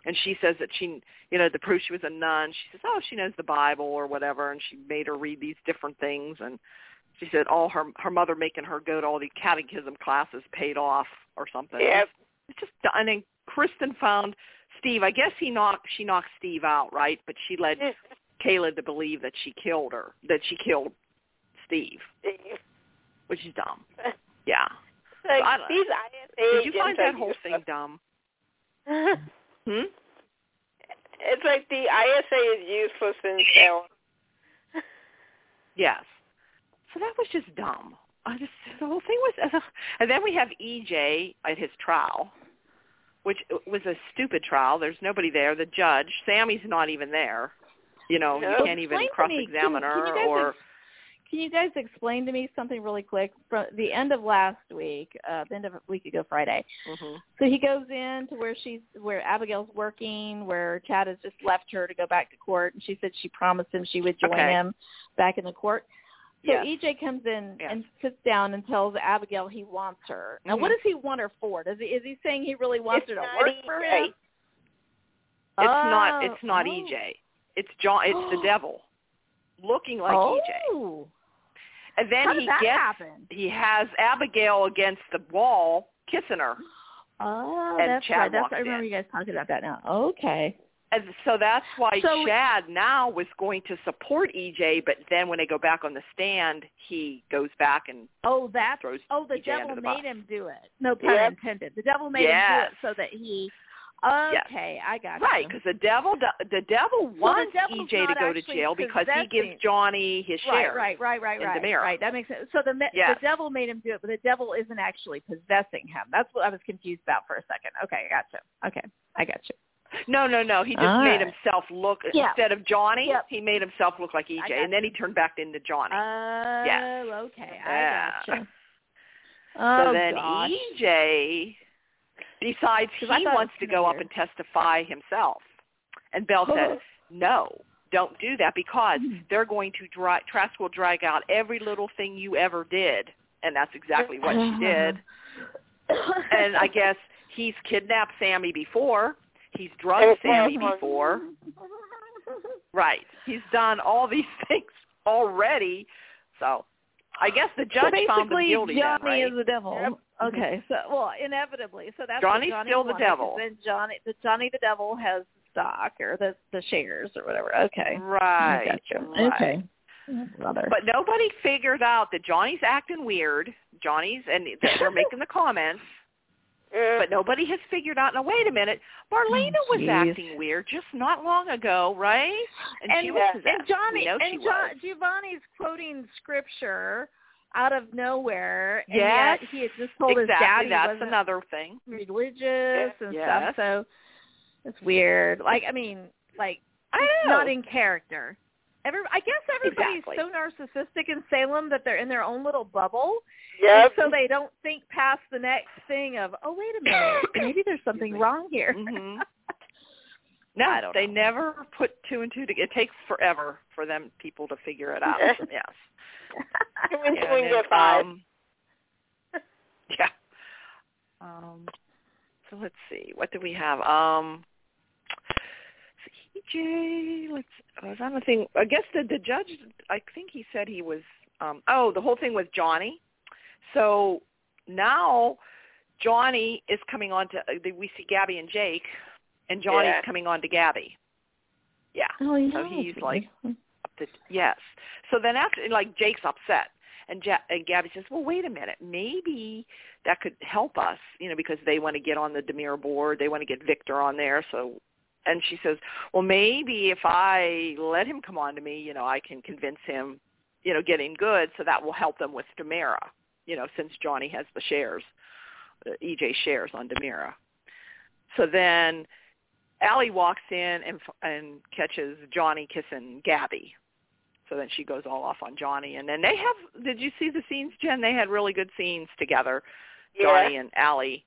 Speaker 2: and she says that she, you know, to prove she was a nun, she says, oh, she knows the Bible or whatever, and she made her read these different things, and she said, all her her mother making her go to all these catechism classes paid off or something.
Speaker 3: Yep.
Speaker 2: It's just, and then Kristen found Steve. I guess he knocked she knocked Steve out, right? But she led Kayla to believe that she killed her, that she killed Steve, which is *laughs* dumb. Yeah.
Speaker 3: Like,
Speaker 2: I don't-
Speaker 3: these ISA
Speaker 2: Did you find
Speaker 3: agents are
Speaker 2: that whole thing
Speaker 3: useless.
Speaker 2: dumb?
Speaker 3: *laughs* it's
Speaker 2: Hmm?
Speaker 3: like the ISA is useless in sales.
Speaker 2: Yes. So that was just dumb. I just the whole thing was, *laughs* and then we have EJ at his trial, which was a stupid trial. There's nobody there. The judge, Sammy's not even there. You know,
Speaker 3: No.
Speaker 2: you can't even
Speaker 5: Explain to me, can-
Speaker 2: cross-examine
Speaker 5: can you
Speaker 2: her
Speaker 5: guys
Speaker 2: or
Speaker 5: Can you guys explain to me something really quick from the end of last week, uh, the end of a week ago Friday?
Speaker 2: Mhm.
Speaker 5: So he goes in to where she's where Abigail's working, where Chad has just left her to go back to court, and she said she promised him she would join
Speaker 2: Okay.
Speaker 5: him back in the court. So
Speaker 2: Yes.
Speaker 5: EJ comes in
Speaker 2: Yes.
Speaker 5: and sits down and tells Abigail he wants her. Now, what
Speaker 2: Mhm.
Speaker 5: does he want her for? Does he is he saying he really wants
Speaker 3: It's
Speaker 5: her to
Speaker 3: not
Speaker 5: work for
Speaker 3: EJ.
Speaker 5: him?
Speaker 2: E It's not. It's not E
Speaker 5: oh.
Speaker 2: EJ. It's John. It's the devil, looking like
Speaker 5: oh.
Speaker 2: EJ. And then
Speaker 5: How
Speaker 2: he
Speaker 5: did that
Speaker 2: gets.
Speaker 5: happen?
Speaker 2: He has Abigail against the wall, kissing her.
Speaker 5: Oh,
Speaker 2: And
Speaker 5: that's
Speaker 2: Chad
Speaker 5: right. That's
Speaker 2: walks
Speaker 5: I remember
Speaker 2: in.
Speaker 5: you guys talking about that now. Okay.
Speaker 2: And so that's why
Speaker 5: So-
Speaker 2: Chad now was going to support EJ, but then when they go back on the stand, he goes back and
Speaker 5: Oh, that's
Speaker 2: throws.
Speaker 5: oh the
Speaker 2: EJ
Speaker 5: devil
Speaker 2: under the
Speaker 5: made
Speaker 2: bus.
Speaker 5: him do it. No pun
Speaker 3: Yep.
Speaker 5: intended. The devil made
Speaker 2: Yes.
Speaker 5: him do it so that he.
Speaker 2: Yes.
Speaker 5: Okay, I got
Speaker 2: Right,
Speaker 5: you.
Speaker 2: because the devil do- the devil wants
Speaker 5: devil's
Speaker 2: EJ to
Speaker 5: not
Speaker 2: go to
Speaker 5: actually
Speaker 2: jail because he
Speaker 5: possessing-
Speaker 2: gives Johnny his share.
Speaker 5: Right, right, right, right,
Speaker 2: in
Speaker 5: right.
Speaker 2: Demira.
Speaker 5: Right, that makes sense. So the me-
Speaker 2: Yes.
Speaker 5: the devil made him do it, but the devil isn't actually possessing him. That's what I was confused about for a second. Okay, I gotcha. Okay, I gotcha.
Speaker 2: No, no, no. He just
Speaker 5: All
Speaker 2: made
Speaker 5: right.
Speaker 2: himself look
Speaker 5: Yeah.
Speaker 2: instead of Johnny.
Speaker 5: Yep.
Speaker 2: He made himself look like EJ,
Speaker 5: got
Speaker 2: and then he turned back into Johnny.
Speaker 5: Oh,
Speaker 2: Yes.
Speaker 5: okay,
Speaker 2: Yeah.
Speaker 5: I gotcha.
Speaker 2: *laughs* so
Speaker 5: Oh
Speaker 2: then
Speaker 5: gosh.
Speaker 2: EJ decides he
Speaker 5: 'Cause I thought it
Speaker 2: wants
Speaker 5: was
Speaker 2: to
Speaker 5: kinda
Speaker 2: go up
Speaker 5: weird.
Speaker 2: and testify himself, and Bell says no. don't do that because
Speaker 5: Hmm.
Speaker 2: they're going to dry, Trask will drag out every little thing you ever did, and that's exactly what she did.
Speaker 5: *laughs*
Speaker 2: And I guess he's kidnapped Sammy before. He's drugged Sammy before. Right. He's done all these *laughs* things already. So I guess the judge
Speaker 4: so
Speaker 2: found him
Speaker 4: basically,
Speaker 2: guilty
Speaker 4: Johnny
Speaker 2: then, right?
Speaker 4: is the devil.
Speaker 2: Yep.
Speaker 4: Okay, so well, inevitably, so that's
Speaker 2: Johnny's
Speaker 4: what Johnny
Speaker 2: still the
Speaker 4: wanted,
Speaker 2: devil.
Speaker 4: 'cause Then Johnny, the Johnny the devil has the stock or the the shares or whatever. Okay,
Speaker 2: Right.
Speaker 4: I gotcha.
Speaker 2: right.
Speaker 4: Okay, brother.
Speaker 2: But nobody figured out that Johnny's acting weird. Johnny's and
Speaker 4: *laughs*
Speaker 2: they're making the comments, but nobody has figured out. Now wait a minute, Marlena
Speaker 4: Oh,
Speaker 2: was
Speaker 4: geez.
Speaker 2: acting weird just not long ago, right? she
Speaker 4: and,
Speaker 2: was possessed.
Speaker 4: and Johnny
Speaker 2: We know she
Speaker 4: and
Speaker 2: was.
Speaker 4: Jo- Giovanni's quoting scripture out of nowhere, and
Speaker 2: Yes,
Speaker 4: yet he had just told his dad
Speaker 2: exactly.
Speaker 4: he
Speaker 2: That's
Speaker 4: wasn't
Speaker 2: another thing.
Speaker 4: religious and
Speaker 2: Yes.
Speaker 4: stuff. So it's weird. Like I mean, like
Speaker 2: I
Speaker 4: it's
Speaker 2: know.
Speaker 4: not in character. Every I guess everybody's
Speaker 2: Exactly.
Speaker 4: so narcissistic in Salem that they're in their own little bubble, and
Speaker 3: Yep.
Speaker 4: so they don't think past the next thing of oh wait
Speaker 2: *coughs*
Speaker 4: a minute maybe there's something
Speaker 2: me.
Speaker 4: wrong here. *laughs*
Speaker 2: Mhm. No,
Speaker 4: I don't
Speaker 2: they
Speaker 4: know.
Speaker 2: never put two and two together. It takes forever for them people to figure it
Speaker 4: *laughs*
Speaker 2: out. yes.
Speaker 3: Even
Speaker 2: Yeah,
Speaker 3: when
Speaker 2: and
Speaker 3: you're
Speaker 2: then,
Speaker 3: five.
Speaker 2: um, *laughs* yeah. Um, so let's see. What do we have? Um, EJ. Let's. I was on the thing. I guess the the judge. I think he said he was. Um, oh, the whole thing was Johnny. So now Johnny is coming on to. uh, We see Gabby and Jake, and Johnny's
Speaker 3: Yeah.
Speaker 2: coming on to Gabby. Yeah
Speaker 4: Oh yeah.
Speaker 2: So he's like- up the yes. So then after, like Jake's upset, and, ja- and Gabby says, "Well, wait a minute, maybe that could help us, you know, because they want to get on the Demir board, they want to get Victor on there." So, and she says, "Well, maybe if I let him come on to me, you know, I can convince him, you know, get him good, so that will help them with Demira, you know, since Johnny has the shares, the EJ shares on Demira." So then Allie walks in and f- and catches Johnny kissing Gabby. So then she goes all off on Johnny, and then they have. Did you see the scenes, Jen? They had really good scenes together, Johnny and Allie.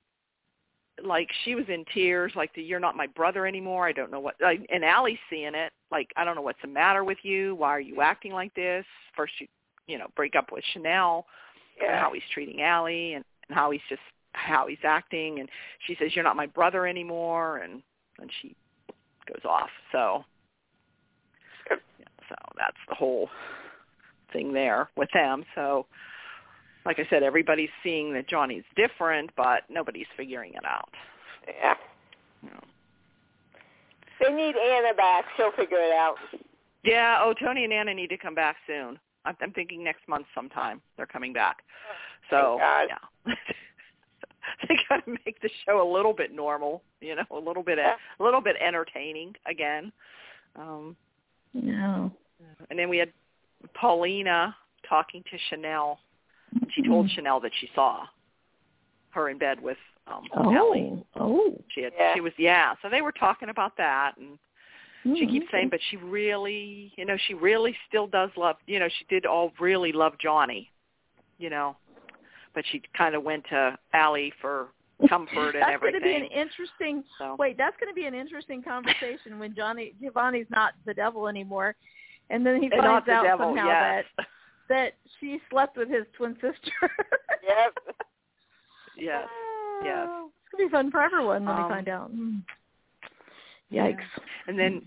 Speaker 2: Like she was in tears, like the "You're not my brother anymore." I don't know what. Like, and Allie's seeing it, like I don't know what's the matter with you. Why are you acting like this? First you, you know, break up with Chanel, and
Speaker 3: Yeah.
Speaker 2: how he's treating Allie, and, and how he's just how he's acting, and she says, "You're not my brother anymore," and and she goes off. So,
Speaker 3: Yep.
Speaker 2: yeah, so that's the whole thing there with them. So, like I said, everybody's seeing that Johnny's different, but nobody's figuring it out.
Speaker 3: yeah.
Speaker 2: you know.
Speaker 3: They need Anna back. She'll figure it out.
Speaker 2: Yeah. Oh, Tony and Anna need to come back soon. I'm, I'm thinking next month sometime they're coming back. So
Speaker 3: Oh, Thank God.
Speaker 2: yeah. *laughs* they got to make the show a little bit normal, you know, a little bit e, a little bit entertaining again. Um
Speaker 4: No.
Speaker 2: and then we had Paulina talking to Chanel. She told
Speaker 4: Mm-hmm.
Speaker 2: Chanel that she saw her in bed with um Ellie.
Speaker 4: Oh. Oh.
Speaker 2: She had
Speaker 3: Yeah.
Speaker 2: she was yeah, so they were talking about that and she
Speaker 4: Mm,
Speaker 2: keeps saying,
Speaker 4: okay.
Speaker 2: but she really, you know, she really still does love, you know, she did all really love Johnny, you know, but she kind of went to Allie for comfort and
Speaker 4: *laughs* that's
Speaker 2: everything.
Speaker 4: gonna be an interesting
Speaker 2: so
Speaker 4: Wait, that's going to be an interesting conversation when Johnny Giovanni's not the devil anymore, and then he
Speaker 2: And not
Speaker 4: finds
Speaker 2: the
Speaker 4: out
Speaker 2: devil,
Speaker 4: somehow
Speaker 2: yes.
Speaker 4: that that she slept with his twin sister. *laughs*
Speaker 3: Yep.
Speaker 2: *laughs* yes. yes.
Speaker 4: Oh, It's going to be fun for everyone when
Speaker 2: Um,
Speaker 4: they find out. Hmm. Yikes!
Speaker 2: And then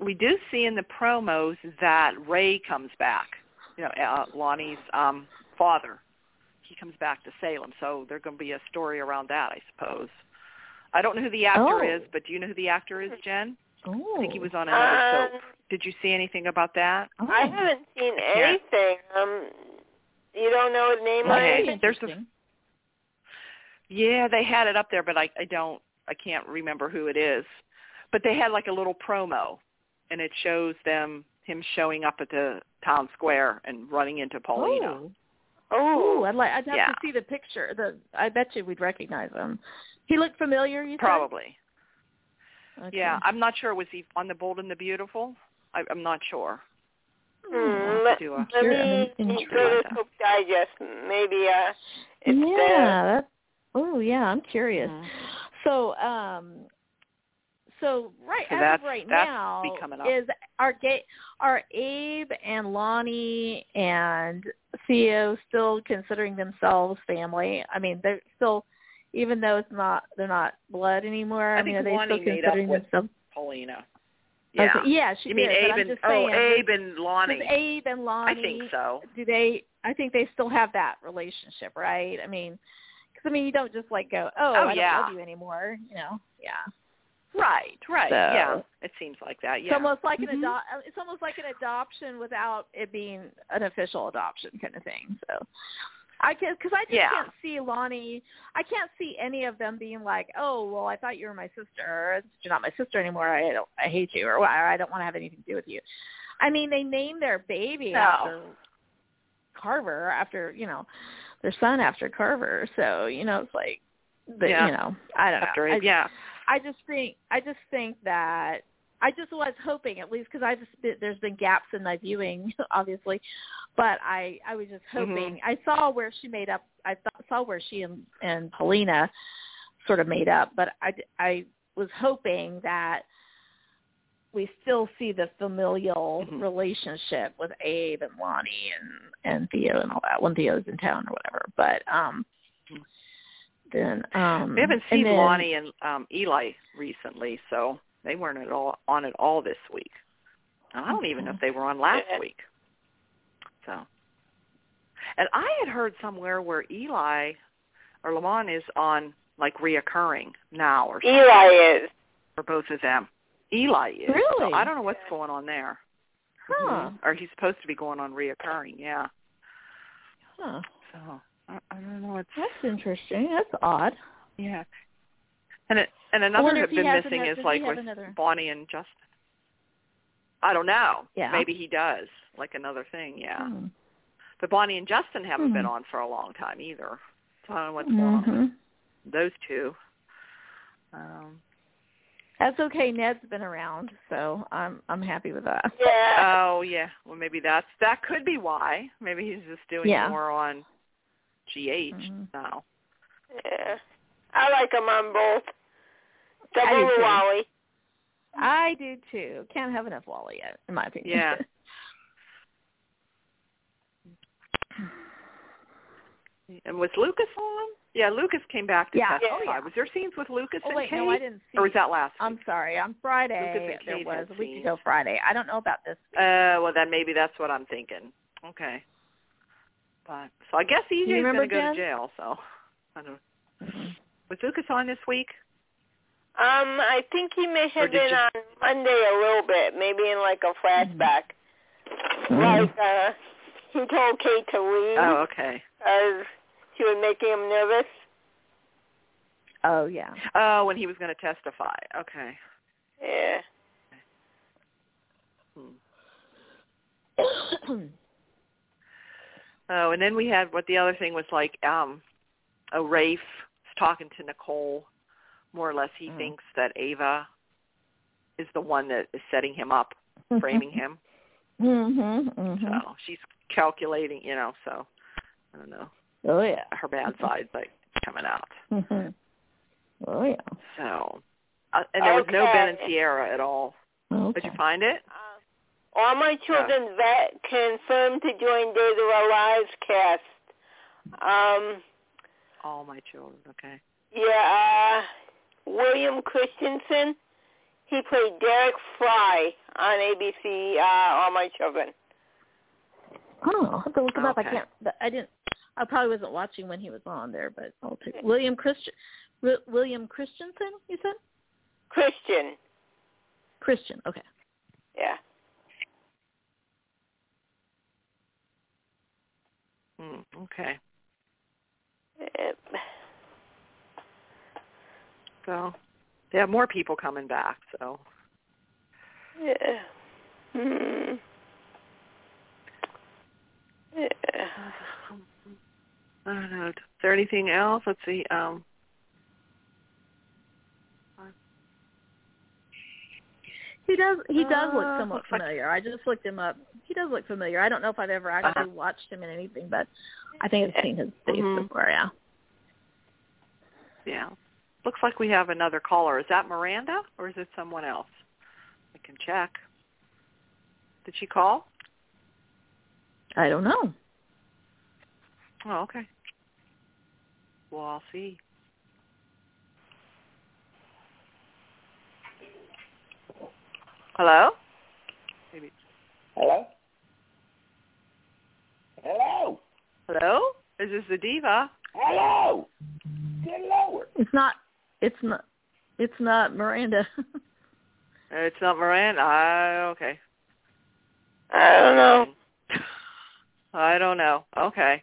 Speaker 2: we do see in the promos that Ray comes back, you know, uh, Lonnie's um, father. He comes back to Salem, so there's going to be a story around that, I suppose. I don't know who the actor
Speaker 4: Oh.
Speaker 2: is, but do you know who the actor is, Jen?
Speaker 4: Oh,
Speaker 2: I think he was on *laughs* another
Speaker 3: Um,
Speaker 2: soap. Did you see anything about that?
Speaker 4: Oh.
Speaker 3: I haven't seen anything. Um, you don't know his name or
Speaker 2: Okay.
Speaker 3: anything?
Speaker 2: There's a- Yeah, they had it up there, but I, I don't, I can't remember who it is. But they had like a little promo, and it shows them him showing up at the town square and running into Paulina.
Speaker 4: Oh, Ooh,
Speaker 3: Oh,
Speaker 4: I'd like. I'd have
Speaker 2: Yeah.
Speaker 4: to see the picture. The I bet you we'd recognize him. He looked familiar. You
Speaker 2: Probably.
Speaker 4: said. Okay.
Speaker 2: Yeah, I'm not sure. Was he on the Bold and the Beautiful? I, I'm not sure.
Speaker 3: Hmm,
Speaker 2: I'll
Speaker 4: Mm,
Speaker 2: have to do a-
Speaker 3: let
Speaker 4: Sure, I'm
Speaker 3: me
Speaker 4: intrigued.
Speaker 3: go to Cook Digest. Maybe uh, it's
Speaker 2: Mm-hmm.
Speaker 4: yeah. That, oh yeah, I'm curious.
Speaker 2: Mhm.
Speaker 4: So, um, So right
Speaker 2: So
Speaker 4: as
Speaker 2: that's-
Speaker 4: of right
Speaker 2: that's
Speaker 4: now
Speaker 2: be coming up.
Speaker 4: is our ga- are Abe and Lonnie and Theo still considering themselves family? I mean, they're still, even though it's not they're not blood anymore.
Speaker 2: I
Speaker 4: I, mean,
Speaker 2: think
Speaker 4: are they
Speaker 2: Lonnie
Speaker 4: still
Speaker 2: made up
Speaker 4: considering
Speaker 2: with-
Speaker 4: themselves?
Speaker 2: Paulina.
Speaker 4: Okay,
Speaker 2: Yeah.
Speaker 4: yeah, she
Speaker 2: You mean
Speaker 4: did, but
Speaker 2: Abe
Speaker 4: I'm
Speaker 2: and
Speaker 4: just
Speaker 2: oh
Speaker 4: saying,
Speaker 2: Abe and
Speaker 4: does
Speaker 2: Lonnie?
Speaker 4: Abe and
Speaker 2: I
Speaker 4: Lonnie.
Speaker 2: think so.
Speaker 4: Do they? I think they still have that relationship, right? I mean, because I mean, you don't just like go, oh,
Speaker 2: Oh,
Speaker 4: I
Speaker 2: yeah.
Speaker 4: don't love you anymore, you know? Yeah.
Speaker 2: Right, right.
Speaker 4: So-
Speaker 2: yeah. It seems like that.
Speaker 4: It's
Speaker 2: Yeah.
Speaker 4: almost like
Speaker 5: Mhm.
Speaker 4: an ado- it's almost like an adoption without it being an official adoption kind of thing. So I guess because I just
Speaker 2: Yeah.
Speaker 4: can't see Lonnie. I can't see any of them being like, "Oh, well, I thought you were my sister. You're not my sister anymore. I don't. I hate you, or "Well, I don't want to have anything to do with you." I mean, they named their baby
Speaker 2: No.
Speaker 4: after Carver, after you know, their son after Carver. So you know, it's like, the,
Speaker 2: Yeah.
Speaker 4: you know, I don't
Speaker 2: After
Speaker 4: know. I-
Speaker 2: Abe. Yeah.
Speaker 4: I just think I just think that I just was hoping at least because I just there's been gaps in my viewing *laughs* obviously, but I I was just
Speaker 2: Mm-hmm.
Speaker 4: hoping I saw where she made up I th- saw where she and and Paulina sort of made up, but I I was hoping that we still see the familial
Speaker 2: Mhm.
Speaker 4: relationship with Abe and Lonnie and and Theo and all that when Theo's in town or whatever, but um.
Speaker 2: Mhm.
Speaker 4: Then um
Speaker 2: We haven't
Speaker 4: and
Speaker 2: seen
Speaker 4: then-
Speaker 2: Lonnie and um Eli recently, so they weren't at all on at all this week. And I don't even know if they were on last
Speaker 4: Mm-hmm.
Speaker 3: Yeah.
Speaker 2: week. So and I had heard somewhere where Eli or Lamont is on like reoccurring now or
Speaker 4: Mm-hmm.
Speaker 2: something
Speaker 3: Eli is.
Speaker 2: for both of them. Eli is. So
Speaker 4: Really?
Speaker 2: I don't know what's going on there.
Speaker 4: Huh.
Speaker 2: Mhm. Or he's supposed to be going on reoccurring, yeah.
Speaker 4: Huh.
Speaker 2: So I, I don't know what's
Speaker 4: That's interesting. That's odd.
Speaker 2: yeah. And it, and
Speaker 4: I
Speaker 2: another
Speaker 4: wonder
Speaker 2: that
Speaker 4: if he
Speaker 2: been
Speaker 4: has
Speaker 2: missing
Speaker 4: another,
Speaker 2: is
Speaker 4: does
Speaker 2: like
Speaker 4: he have
Speaker 2: with
Speaker 4: another.
Speaker 2: Bonnie and Justin. I don't know.
Speaker 4: Yeah.
Speaker 2: Maybe he does. Like another thing, yeah.
Speaker 4: Hmm.
Speaker 2: But Bonnie and Justin haven't been
Speaker 4: Hmm.
Speaker 2: on for a long time either. So I don't know what's going on.
Speaker 4: Mhm.
Speaker 2: with Those two. Um
Speaker 4: That's okay. Ned's been around, so I'm I'm happy with that.
Speaker 3: Yeah.
Speaker 2: Oh yeah. Well maybe that's that could be why. Maybe he's just doing
Speaker 4: Yeah.
Speaker 2: more on G H
Speaker 4: Mhm.
Speaker 2: now.
Speaker 3: yeah. I like him on both.
Speaker 4: I do
Speaker 3: Double
Speaker 4: too.
Speaker 3: Wally.
Speaker 4: I do too. Can't have enough Wally yet, in my opinion. *laughs*
Speaker 2: Yeah. And was Lucas on? Yeah, Lucas came back to
Speaker 4: Yeah.
Speaker 2: testify.
Speaker 3: Yeah, yeah.
Speaker 2: Was there scenes with Lucas
Speaker 4: oh
Speaker 2: and
Speaker 4: wait,
Speaker 2: Kate?
Speaker 4: no, I didn't see. Um,
Speaker 2: Or was that last
Speaker 4: I'm sorry. On Friday
Speaker 2: Lucas and
Speaker 4: there
Speaker 2: Kate
Speaker 4: was
Speaker 2: had
Speaker 4: a week
Speaker 2: scenes.
Speaker 4: ago Friday. I don't know about this.
Speaker 2: Uh, well, then maybe that's what I'm thinking. Okay. But so I guess EJ's
Speaker 4: remember,
Speaker 2: gonna go
Speaker 4: Jen? Mm-hmm.
Speaker 2: to jail. So I don't. Was Lucas on this week?
Speaker 3: Um, I think he may
Speaker 2: Or
Speaker 3: have
Speaker 2: did
Speaker 3: been
Speaker 2: you-
Speaker 3: on Monday a little bit, maybe in like a flashback.
Speaker 2: Mm-hmm.
Speaker 3: Like uh he told Kate to leave
Speaker 4: Mm-hmm.
Speaker 2: Oh, okay.
Speaker 3: as she was making him nervous.
Speaker 4: Oh yeah.
Speaker 2: Oh, when he was going to testify. Okay.
Speaker 3: Yeah.
Speaker 2: Hmm. Oh, and then we had what the other thing was like. Um, oh, Rafe was talking to Nicole. More or less, he
Speaker 4: Mhm.
Speaker 2: thinks that Ava is the one that is setting him up, *coughs*
Speaker 4: Mm-hmm.
Speaker 2: framing
Speaker 4: *laughs*
Speaker 2: him.
Speaker 4: Mhm. Mhm.
Speaker 2: So she's calculating, you know. So I don't know.
Speaker 4: Oh yeah.
Speaker 2: her bad side like coming out.
Speaker 4: Mhm. Oh yeah.
Speaker 2: So, uh, and there was no Ben and
Speaker 3: Okay.
Speaker 2: Sierra at all. Did
Speaker 4: Okay.
Speaker 2: you find it?
Speaker 3: Uh, all my children vet confirmed to join Days of Our Lives cast. Um,
Speaker 2: All my children. Okay.
Speaker 3: yeah, uh, William Christensen, he played Derek Fry on ABC uh, All My Children.
Speaker 4: Oh, I'll have to look him up. I
Speaker 2: Okay.
Speaker 4: can't. but I didn't. I probably wasn't watching when he was on there, but I'll take William Christian. Wi- William Christensen, you said
Speaker 3: Christian,
Speaker 4: Christian. Okay.
Speaker 3: yeah.
Speaker 2: Mm, okay.
Speaker 3: Yep.
Speaker 2: So they have more people coming back. So
Speaker 3: Yeah. Hmm. Yeah.
Speaker 2: I don't know. Is there anything else? Let's see. Um,
Speaker 4: He does. He does look
Speaker 2: Uh,
Speaker 4: somewhat
Speaker 2: looks like-
Speaker 4: familiar. I just looked him up. He does look familiar. I don't know if I've ever
Speaker 2: Uh-huh.
Speaker 4: actually watched him in anything,
Speaker 2: Mm-hmm.
Speaker 4: but I think I've seen his face
Speaker 2: Mhm.
Speaker 4: before. Yeah.
Speaker 2: yeah. Looks like we have another caller. Is that Miranda or is it someone else? I can check. Did she call?
Speaker 4: I don't know.
Speaker 2: Oh, okay. Well, I'll see. Hello? Maybe.
Speaker 6: Hello? Hello?
Speaker 2: Hello? Is this the diva?
Speaker 6: Hello? Get lower.
Speaker 4: It's not. It's not. It's not Miranda. *laughs*
Speaker 2: Uh, It's not Miranda. I, okay.
Speaker 3: I don't know. *laughs*
Speaker 2: *laughs* I don't know. Okay.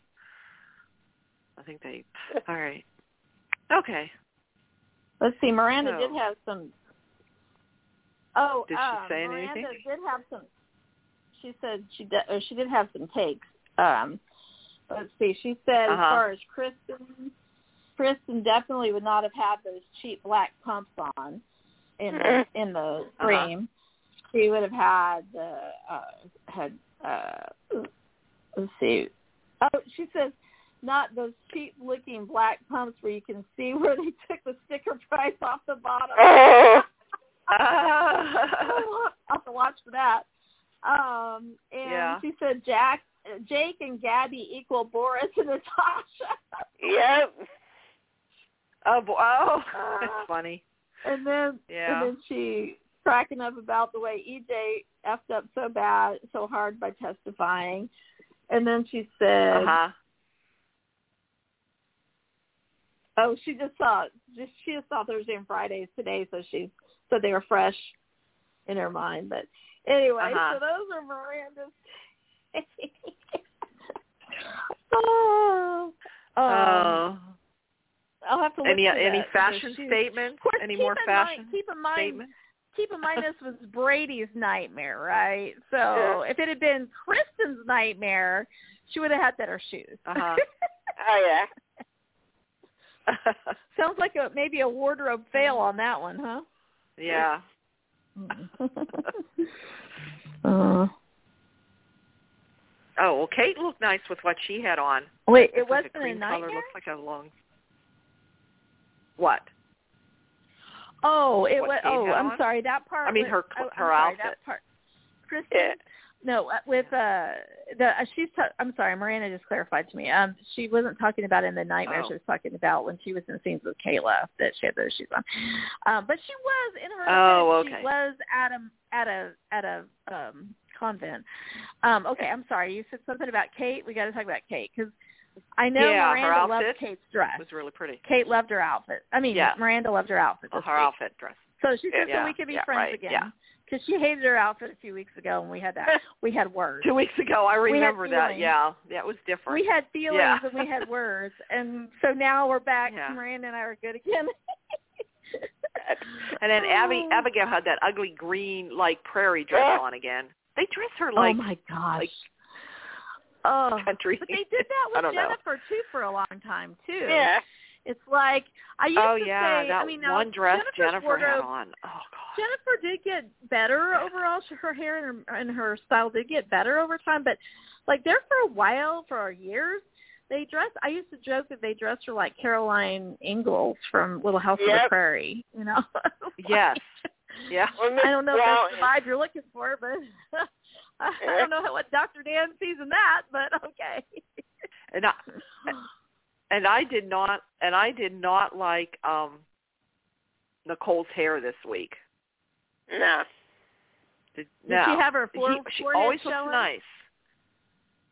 Speaker 2: I
Speaker 6: *laughs*
Speaker 2: think they. All right. Okay. *laughs*
Speaker 4: Let's see. Miranda
Speaker 2: So-
Speaker 4: did have some. Oh,
Speaker 2: Did she
Speaker 4: uh,
Speaker 2: say
Speaker 4: Miranda
Speaker 2: anything?
Speaker 4: did have some. She said she did. Or she did have some takes. Um, let's see. She said as
Speaker 2: Uh-huh.
Speaker 4: far as Kristen, Kristen definitely would not have had those cheap black pumps on
Speaker 2: *laughs*
Speaker 4: in the in the
Speaker 2: Uh-huh.
Speaker 4: cream. She would have had the uh, had. Uh, let's see. Oh, she says not those cheap looking black pumps where you can see where they took the sticker *laughs* price off the
Speaker 2: *laughs*
Speaker 4: bottom. I'll have to watch for that. Um, and
Speaker 2: Yeah.
Speaker 4: she said Jack, Jake, and Gabby equal Boris and Natasha. *laughs*
Speaker 3: Yep.
Speaker 2: oh, boy. oh, *laughs* that's funny.
Speaker 4: and then
Speaker 2: Yeah.
Speaker 4: and then she cracking up about the way EJ effed up so bad, so hard by testifying. And then she said,
Speaker 2: Uh huh.
Speaker 4: "Oh, she just saw just she just saw Thursday and Fridays today, so she so they were fresh in her mind." But anyway,
Speaker 2: Uh-huh.
Speaker 4: so those are Miranda's. *laughs* oh, um,
Speaker 2: Oh.
Speaker 4: I'll have to look
Speaker 2: Any
Speaker 4: through
Speaker 2: any
Speaker 4: that, because
Speaker 2: fashion
Speaker 4: she-
Speaker 2: statements?
Speaker 4: Of course,
Speaker 2: Any
Speaker 4: keep
Speaker 2: more
Speaker 4: in
Speaker 2: fashion
Speaker 4: Mind, keep in mind,
Speaker 2: statements? *laughs*
Speaker 4: keep in mind this was Brady's nightmare, right? So if it had been Kristen's nightmare, she would have had better shoes.
Speaker 2: Uh-huh.
Speaker 3: Oh yeah.
Speaker 4: *laughs* Sounds like a maybe a wardrobe fail on that one, huh?
Speaker 2: yeah.
Speaker 4: Mm-hmm. *laughs* uh,
Speaker 2: Oh well, Kate looked nice with what she had on.
Speaker 4: wait, it
Speaker 2: It's like
Speaker 4: wasn't
Speaker 2: a cream
Speaker 4: a
Speaker 2: color.
Speaker 4: nightmare.
Speaker 2: Looks like a long. What?
Speaker 4: oh, it
Speaker 2: what
Speaker 4: was.
Speaker 2: she
Speaker 4: Oh,
Speaker 2: had
Speaker 4: I'm
Speaker 2: on?
Speaker 4: sorry, that part.
Speaker 2: I mean,
Speaker 4: was-
Speaker 2: her
Speaker 4: oh, I'm
Speaker 2: her
Speaker 4: sorry,
Speaker 2: outfit.
Speaker 4: That part. Kristen,
Speaker 3: Yeah.
Speaker 4: No, uh, with uh the uh, she's ta- I'm sorry, Miranda just clarified to me. Um, she wasn't talking about in the nightmare.
Speaker 2: Oh.
Speaker 4: She was talking about when she was in scenes with Kayla that she had those shoes on. Um, but she was in her.
Speaker 2: Oh,
Speaker 4: defense,
Speaker 2: okay.
Speaker 4: She was at a at a at a um convent. Um, okay, I'm sorry. You said something about Kate. We got to talk about Kate because I know
Speaker 2: Yeah, her
Speaker 4: Miranda loved
Speaker 2: outfit
Speaker 4: Kate's dress.
Speaker 2: It was really pretty.
Speaker 4: Kate loved her outfit. I mean,
Speaker 2: Yeah.
Speaker 4: Miranda loved her outfit.
Speaker 2: Uh,
Speaker 4: this
Speaker 2: her
Speaker 4: week.
Speaker 2: outfit dress.
Speaker 4: So she said,
Speaker 2: Yeah,
Speaker 4: so we could be
Speaker 2: yeah,
Speaker 4: friends
Speaker 2: right,
Speaker 4: again.
Speaker 2: yeah.
Speaker 4: Because she hated her outfit a few weeks ago, and we
Speaker 2: *laughs*
Speaker 4: had that. we had words.
Speaker 2: Two weeks ago, I
Speaker 4: We had
Speaker 2: remember that.
Speaker 4: feelings.
Speaker 2: Yeah, that was different.
Speaker 4: We had feelings
Speaker 2: Yeah.
Speaker 4: and we had
Speaker 2: *laughs*
Speaker 4: words, and so now we're back.
Speaker 2: Yeah.
Speaker 4: Miranda and I are good again.
Speaker 2: *laughs* And then Abby
Speaker 4: Oh.
Speaker 2: Abigail had that ugly green like prairie dress on again. They dress her
Speaker 4: oh
Speaker 2: like
Speaker 4: my gosh.
Speaker 2: like-
Speaker 4: oh,
Speaker 2: *laughs* country.
Speaker 4: but they did that
Speaker 2: I
Speaker 4: with
Speaker 2: don't know.
Speaker 4: Jennifer too for a long time too.
Speaker 3: Yeah.
Speaker 4: It's like I used
Speaker 2: Oh
Speaker 4: to
Speaker 2: yeah,
Speaker 4: say.
Speaker 2: that
Speaker 4: I mean, now,
Speaker 2: one dress
Speaker 4: Jennifer's
Speaker 2: Jennifer had
Speaker 4: wardrobe-
Speaker 2: on. Oh god.
Speaker 4: Jennifer did get better overall. She, her hair and her, and her style did get better over time, but like there for a while, for years, they dressed. I used to joke that they dressed her like Caroline Ingalls from Little House on the
Speaker 3: Yep.
Speaker 4: Prairie. You know? *laughs*
Speaker 2: Yes. Yeah.
Speaker 3: Remember,
Speaker 4: I don't know
Speaker 3: well,
Speaker 4: if that's the vibe you're looking for, but *laughs* I don't know what Dr. Dan sees in that. But okay.
Speaker 2: *laughs* And I and I did not and I did not like um Nicole's hair this week.
Speaker 3: No.
Speaker 2: Did,
Speaker 4: Did
Speaker 2: no.
Speaker 4: she have her floor,
Speaker 2: He- she
Speaker 4: forehead
Speaker 2: always looks
Speaker 4: showing?
Speaker 2: nice.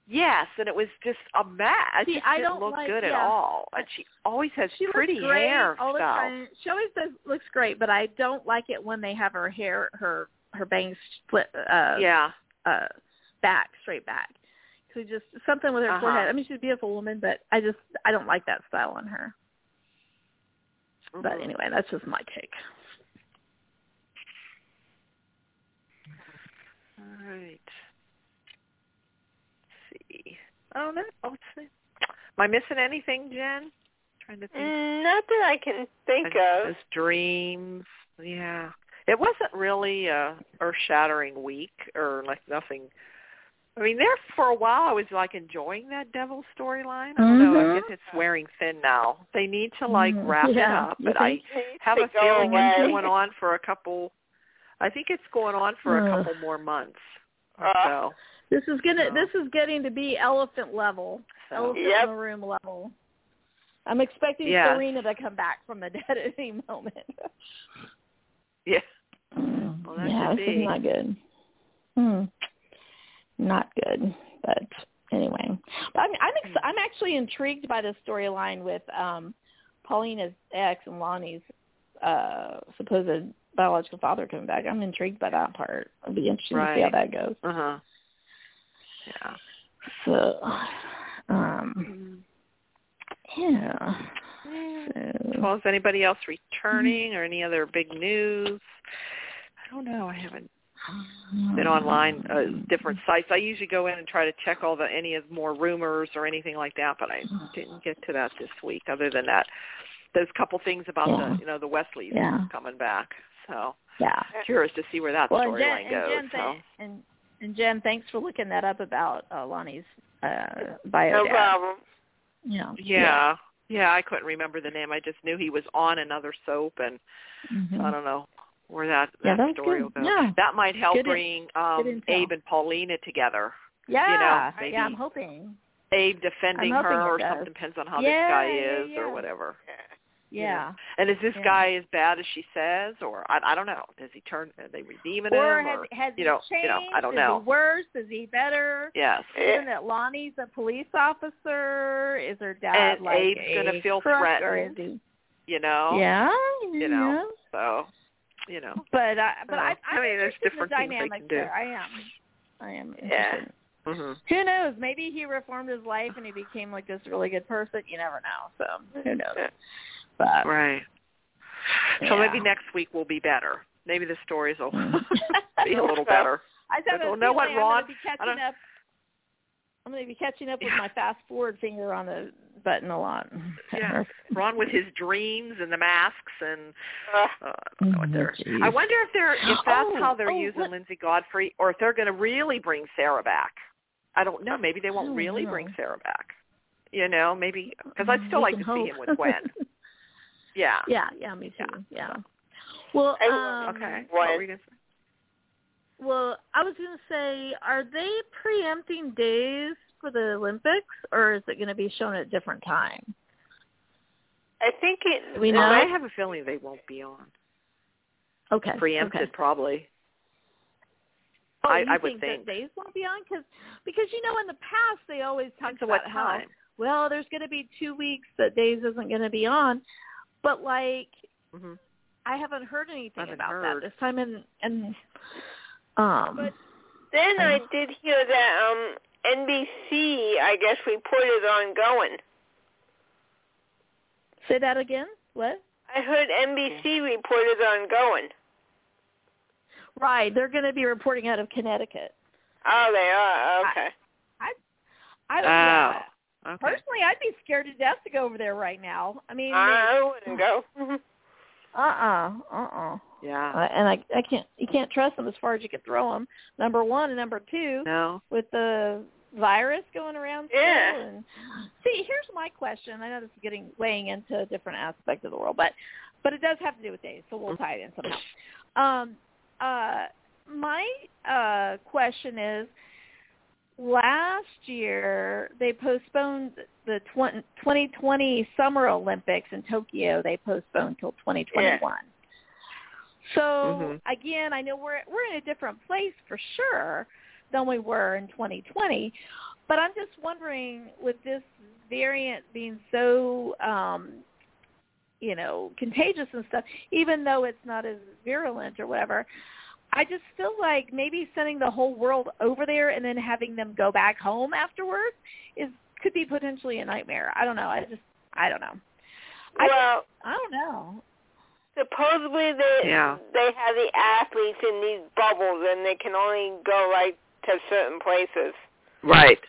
Speaker 2: Yes, and it was just a mess. It
Speaker 4: See,
Speaker 2: just
Speaker 4: I
Speaker 2: didn't
Speaker 4: don't
Speaker 2: look
Speaker 4: like-
Speaker 2: good at
Speaker 4: yeah.
Speaker 2: all. And she always has
Speaker 4: She
Speaker 2: pretty
Speaker 4: looks great
Speaker 2: hair
Speaker 4: all the
Speaker 2: stuff.
Speaker 4: time. She always does looks great, but I don't like it when they have her hair her her bangs split uh
Speaker 2: Yeah.
Speaker 4: uh back straight back. So just something with her
Speaker 2: Uh-huh.
Speaker 4: forehead. I mean, she's a beautiful woman, but I just I don't like that style on her. But
Speaker 2: Mhm.
Speaker 4: anyway, that's just my take.
Speaker 2: All right. Let's see. I don't know. Let's see. Am I missing anything, Jen? Trying to think.
Speaker 3: Mm, Not that I can think
Speaker 2: And
Speaker 3: of.
Speaker 2: Just dreams. Yeah. It wasn't really a earth shattering week or like nothing I mean, there for a while, I was like enjoying that devil storyline. Although I
Speaker 3: Mm-hmm.
Speaker 2: guess it's wearing thin now. They need to like
Speaker 4: Mhm.
Speaker 2: wrap
Speaker 4: Yeah.
Speaker 2: it up,
Speaker 4: You
Speaker 2: but I
Speaker 3: Needs
Speaker 2: have
Speaker 3: to
Speaker 2: a
Speaker 3: go
Speaker 2: feeling it's
Speaker 3: away. Uh,
Speaker 2: going on for a couple. I think it's going on for a
Speaker 4: Ugh.
Speaker 2: couple more months or
Speaker 3: Mm. Uh,
Speaker 2: so.
Speaker 4: This is gonna.
Speaker 2: So-
Speaker 4: This is getting to be elephant level,
Speaker 2: So
Speaker 4: elephant
Speaker 3: Yep.
Speaker 4: in the room level. I'm expecting
Speaker 2: Yes.
Speaker 4: Serena to come back from the dead at any moment. *laughs*
Speaker 2: yeah, Well, that
Speaker 4: Mm-hmm. yeah,
Speaker 2: could
Speaker 4: this
Speaker 2: be.
Speaker 4: is not good. Hmm. Not good. But anyway, but I'm I'm, ex- I'm actually intrigued by the storyline with um Paulina's ex and Lonnie's uh supposed biological father coming back. I'm intrigued by that part. It'll be interesting to see how
Speaker 2: Right.
Speaker 4: that goes.
Speaker 2: uh huh. Yeah.
Speaker 4: So, um,
Speaker 2: Mm-hmm.
Speaker 4: yeah. So,
Speaker 2: Well, is anybody else
Speaker 4: Mm-hmm.
Speaker 2: returning or any other big news? I don't know. I haven't
Speaker 4: Oh,
Speaker 2: been online uh, different sites. I usually go in and try to check all the any of more rumors or anything like that, but I didn't get to that this week. Other than that, those couple things about
Speaker 4: Yeah.
Speaker 2: the you know the Wesleys
Speaker 4: Yeah.
Speaker 2: coming back. So
Speaker 4: yeah.
Speaker 2: curious to see where that
Speaker 4: Well, and Jen,
Speaker 2: storyline goes.
Speaker 4: and Jen,
Speaker 2: so.
Speaker 4: thank- and, and Jen, thanks for looking that up about uh, Lonnie's uh, bio.
Speaker 3: No
Speaker 4: dad.
Speaker 3: problem.
Speaker 4: Yeah.
Speaker 2: Oh, Yeah. Yeah, I couldn't remember the name. I just knew he was on another soap, and
Speaker 4: Mhm.
Speaker 2: I don't know where that
Speaker 4: Yeah,
Speaker 2: that
Speaker 4: that's
Speaker 2: story will
Speaker 4: good.
Speaker 2: go.
Speaker 4: Yeah.
Speaker 2: That might help
Speaker 4: Good in-
Speaker 2: bring um
Speaker 4: good intel.
Speaker 2: Abe and Paulina together.
Speaker 4: yeah.
Speaker 2: maybe-
Speaker 4: yeah. I'm hoping.
Speaker 2: Abe defending
Speaker 4: I'm hoping
Speaker 2: her
Speaker 4: it
Speaker 2: or
Speaker 4: does.
Speaker 2: something depends on how
Speaker 4: Yeah,
Speaker 2: this guy
Speaker 4: yeah,
Speaker 2: is
Speaker 4: yeah.
Speaker 2: or whatever.
Speaker 4: Yeah.
Speaker 2: And is this
Speaker 4: Yeah.
Speaker 2: guy as bad as she says, or I, I don't know? Does he turn? Are they redeeming
Speaker 4: Or
Speaker 2: him?
Speaker 4: has
Speaker 2: or
Speaker 4: has
Speaker 2: you know,
Speaker 4: he changed?
Speaker 2: you know, I don't
Speaker 4: is
Speaker 2: know.
Speaker 4: he worse? Is he better?
Speaker 2: yes,
Speaker 3: Yeah.
Speaker 4: Isn't that Lonnie's a police officer? Is her dad
Speaker 2: And
Speaker 4: like
Speaker 2: Abe's gonna
Speaker 4: a
Speaker 2: feel
Speaker 4: crook, or is
Speaker 2: threatened.
Speaker 4: he
Speaker 2: you know.
Speaker 4: Yeah,
Speaker 2: You
Speaker 4: yeah.
Speaker 2: know. So, you know.
Speaker 4: But I, but
Speaker 2: So,
Speaker 4: I,
Speaker 2: I
Speaker 4: I'm
Speaker 2: mean, there's
Speaker 4: interested in
Speaker 2: different
Speaker 4: the
Speaker 2: things they
Speaker 4: dynamic
Speaker 2: can do.
Speaker 4: there. I am. I am.
Speaker 3: Yeah.
Speaker 4: Interested.
Speaker 2: hmm
Speaker 4: Who knows? Maybe he reformed his life and he became like this really good person. You never know. So who knows? But
Speaker 2: Right. So maybe
Speaker 4: Uh, Yeah.
Speaker 2: next week will be better. Maybe the stories will *laughs* be a
Speaker 4: *laughs* *laughs* I
Speaker 2: little better.
Speaker 4: just
Speaker 2: don't know what
Speaker 4: I'm
Speaker 2: Ron-
Speaker 4: Gonna be
Speaker 2: I
Speaker 4: catching
Speaker 2: don't-
Speaker 4: up. I'm going to be catching up with
Speaker 2: *laughs*
Speaker 4: my fast forward finger on the button a lot. *laughs*
Speaker 2: Yeah. Ron with his dreams and the masks and
Speaker 3: Uh,
Speaker 2: uh, I don't know what they're. I wonder if they're if that's
Speaker 4: Mm-hmm. Oh,
Speaker 2: how they're
Speaker 4: oh,
Speaker 2: using
Speaker 4: what-
Speaker 2: Lindsay Godfrey, or if they're going to really bring Sarah back. I don't know. Maybe they won't
Speaker 4: don't
Speaker 2: really
Speaker 4: know.
Speaker 2: bring Sarah back. You know, maybe because I'd still
Speaker 4: We
Speaker 2: like
Speaker 4: can
Speaker 2: to
Speaker 4: hope.
Speaker 2: see him with Gwen. Yeah.
Speaker 4: *laughs* yeah, yeah, me too.
Speaker 2: Yeah,
Speaker 4: Yeah. Well,
Speaker 3: I-
Speaker 4: um,
Speaker 2: Okay.
Speaker 3: Gwen.
Speaker 2: What were you gonna say?
Speaker 4: Well, I was going to say, are they preempting days for the Olympics, or is it going to be shown at a different time?
Speaker 3: I think it.
Speaker 4: We
Speaker 2: I
Speaker 4: know.
Speaker 2: have a feeling they won't be on
Speaker 4: Okay.
Speaker 2: preempted,
Speaker 4: Okay.
Speaker 2: probably.
Speaker 4: Oh,
Speaker 2: I,
Speaker 4: you
Speaker 2: I would
Speaker 4: that days won't be on because because you know in the past they always talk
Speaker 2: Depends on
Speaker 4: about
Speaker 2: what
Speaker 4: how,
Speaker 2: time.
Speaker 4: well there's going to be two weeks that days isn't going to be on, but like
Speaker 2: hmm
Speaker 4: I haven't heard anything
Speaker 2: Haven't
Speaker 4: about
Speaker 2: heard.
Speaker 4: that this time and and um
Speaker 3: But Then I did hear that um NBC, I guess, reported on going.
Speaker 4: say that again what
Speaker 3: I heard NBC reported on going.
Speaker 4: right they're going to be reporting out of Connecticut
Speaker 3: Oh, they are. Okay.
Speaker 4: I don't know.
Speaker 2: Oh. Okay.
Speaker 4: Personally, I'd be scared to death to go over there right now. I mean,
Speaker 3: I wouldn't go. *laughs*
Speaker 4: uh uh-uh, uh
Speaker 2: Yeah.
Speaker 4: uh, and I I can't you can't trust them as far as you can throw them. Number one and number two
Speaker 2: No.
Speaker 4: with the virus going around. still,
Speaker 3: Yeah.
Speaker 4: And see, here's my question. I know this is getting weighing into a different aspect of the world, but but it does have to do with days, so we'll tie it in somehow. Um, uh, my uh, question is. Last year, they postponed the 20, 2020 Summer Olympics in Tokyo. They postponed till 2021. So
Speaker 2: Mhm.
Speaker 4: again, I know we're we're in a different place for sure than we were in 2020. But I'm just wondering, with this variant being so, um, you know, contagious and stuff, even though it's not as virulent or whatever, I just feel like maybe sending the whole world over there and then having them go back home afterwards is could be potentially a nightmare. I don't know. I just I don't know. I
Speaker 3: well,
Speaker 4: I don't know.
Speaker 3: supposedly they
Speaker 2: Yeah.
Speaker 3: they have the athletes in these bubbles, and they can only go like to certain places.
Speaker 2: Right.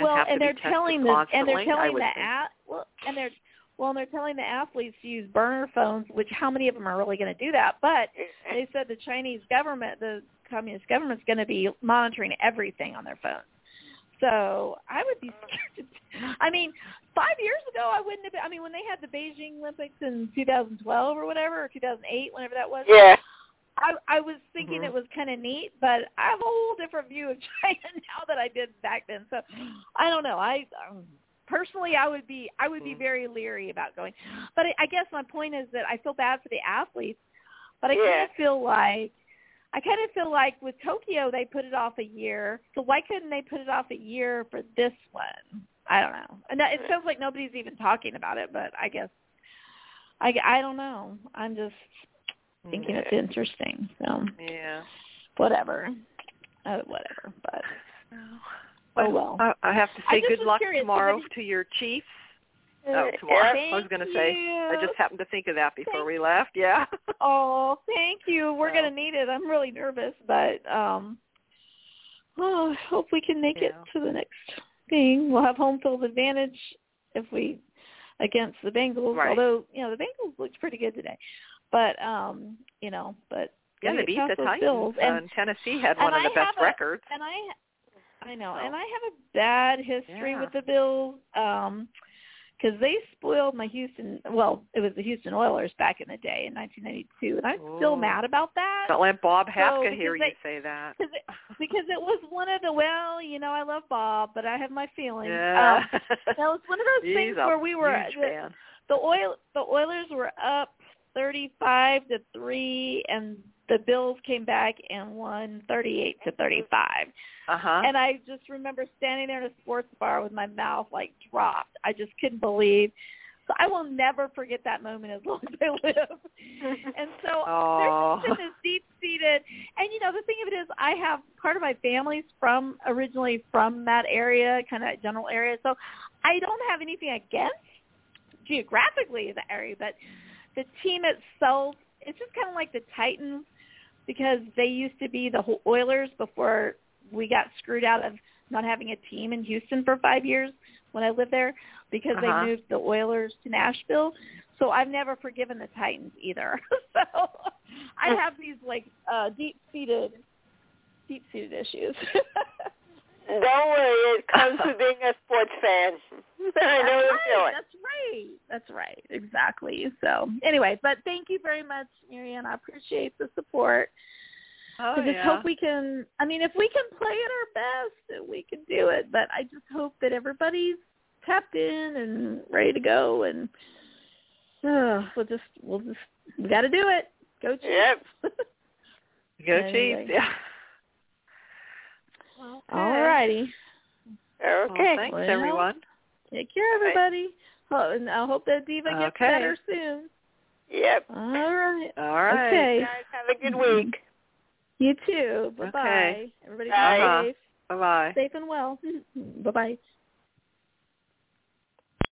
Speaker 4: well,
Speaker 2: have
Speaker 4: and
Speaker 2: to be
Speaker 4: they're
Speaker 2: tested
Speaker 4: telling the and
Speaker 2: constantly,
Speaker 4: they're
Speaker 2: I
Speaker 4: telling
Speaker 2: would
Speaker 4: the
Speaker 2: think.
Speaker 4: at well and they're well and they're telling the athletes to use burner phones, which how many of them are really going to do that? But they said the Chinese government, the communist government's going to be monitoring everything on their phones. So I would be *laughs* scared. To, I mean, five years ago I wouldn't have. Been, I mean, when they had the Beijing Olympics in 2012 or whatever, or 2008, whenever that was.
Speaker 3: Yeah.
Speaker 4: I, I was thinking
Speaker 2: Mhm.
Speaker 4: it was kind of neat, but I have a whole different view of *laughs* China now that I did back then. So I don't know. I um, personally, I would be I would be
Speaker 2: Mhm.
Speaker 4: very leery about going. But I, I guess my point is that I feel bad for the athletes, but I
Speaker 3: Yeah.
Speaker 4: kind of feel like I kind of feel like with Tokyo they put it off a year. So why couldn't they put it off a year for this one? I don't know. And that, it sounds like nobody's even talking about it, but I guess I I don't know. I'm just thinking it's interesting. So
Speaker 2: Yeah.
Speaker 4: whatever, uh, whatever. But
Speaker 2: Well,
Speaker 4: Oh, well.
Speaker 2: I, I have to
Speaker 4: I
Speaker 2: say
Speaker 4: just
Speaker 2: good
Speaker 4: was
Speaker 2: luck
Speaker 4: curious,
Speaker 2: tomorrow
Speaker 4: somebody-
Speaker 2: to your Chiefs. Oh, tomorrow. I was
Speaker 4: Uh, Thank
Speaker 2: going to say. I
Speaker 4: you.
Speaker 2: just happened to think of that before
Speaker 4: Thank-
Speaker 2: we left. Yeah. *laughs*
Speaker 4: Oh, thank you. We're
Speaker 2: So-
Speaker 4: gonna need it. I'm really nervous, but um, *sighs* oh, I hope we can make it
Speaker 2: Yeah.
Speaker 4: to the next thing. We'll have home field advantage if we against the Bengals.
Speaker 2: Right.
Speaker 4: Although you know the Bengals looked pretty good today, but um, you know, but
Speaker 2: yeah,
Speaker 4: we
Speaker 2: they
Speaker 4: get
Speaker 2: beat
Speaker 4: past
Speaker 2: the
Speaker 4: those
Speaker 2: Titans.
Speaker 4: Bills,
Speaker 2: and,
Speaker 4: and
Speaker 2: Uh, Tennessee had
Speaker 4: and
Speaker 2: one of
Speaker 4: I
Speaker 2: the best
Speaker 4: have a-
Speaker 2: records.
Speaker 4: and I I know,
Speaker 2: So-
Speaker 4: and I have a bad history
Speaker 2: Yeah.
Speaker 4: with the Bills um, 'cause they spoiled my Houston. Well, it was the Houston Oilers back in the day in 1992, and I'm
Speaker 2: Ooh.
Speaker 4: still mad about that
Speaker 2: Don't let Bob Hafka
Speaker 4: because
Speaker 2: hear you
Speaker 4: they-
Speaker 2: say that. *laughs*
Speaker 4: 'cause it, because it was one of the well, you know, I love Bob, but I have my feelings.
Speaker 2: Yeah. *laughs*
Speaker 4: Um, that was one of those
Speaker 2: He's
Speaker 4: things
Speaker 2: a
Speaker 4: where we were
Speaker 2: huge
Speaker 4: the,
Speaker 2: fan.
Speaker 4: the oil the Oilers were up 35 to 3 and the Bills came back and won 38 to 35.
Speaker 2: Uh-huh.
Speaker 4: And I just remember standing there in a sports bar with my mouth like dropped. I just couldn't believe. So I will never forget that moment as *laughs* long as I live. and
Speaker 2: *laughs*
Speaker 4: so
Speaker 2: Aw.
Speaker 4: there's just been this deep seated. And you know the thing of it is, I have part of my family's from originally from that area, kind of that general area. So I don't have anything against geographically the area, but the team itself, it's just kind of like the Titans because they used to be the Ho- Oilers before we got screwed out of not having a team in Houston for five years when I lived there because
Speaker 2: Uh-huh.
Speaker 4: they moved the Oilers to Nashville. So I've never forgiven the Titans either. *laughs* so I have these like uh deep seated deep seated issues.
Speaker 3: *laughs*
Speaker 4: *laughs*
Speaker 3: Don't worry, it comes with being a sports fan. *laughs* I know the
Speaker 4: That's
Speaker 3: feeling.
Speaker 4: right, That's right. That's right. Exactly. So anyway, but thank you very much, Marianne. I appreciate the support.
Speaker 2: oh,
Speaker 4: I just
Speaker 2: yeah.
Speaker 4: hope we can. I mean, if we can play at our best, we can do it. But I just hope that everybody's tapped in and ready to go, and uh, we'll just we'll just we got to do it. Go Chiefs.
Speaker 3: Yep.
Speaker 2: Go
Speaker 4: Anyway.
Speaker 2: Chiefs. Yeah.
Speaker 4: *laughs* All righty.
Speaker 3: Okay.
Speaker 2: *laughs* Well, thanks,
Speaker 4: Well,
Speaker 2: everyone.
Speaker 4: Take care, everybody. Oh, and I hope that Diva gets
Speaker 2: Okay.
Speaker 4: better soon.
Speaker 3: Yep.
Speaker 4: All right.
Speaker 2: All right.
Speaker 4: Okay.
Speaker 3: Guys, have a good week.
Speaker 4: You too. Bye bye.
Speaker 2: Okay. Uh-huh.
Speaker 4: Everybody
Speaker 3: Bye.
Speaker 4: safe.
Speaker 2: Bye-bye.
Speaker 4: *laughs* Safe and well. bye bye.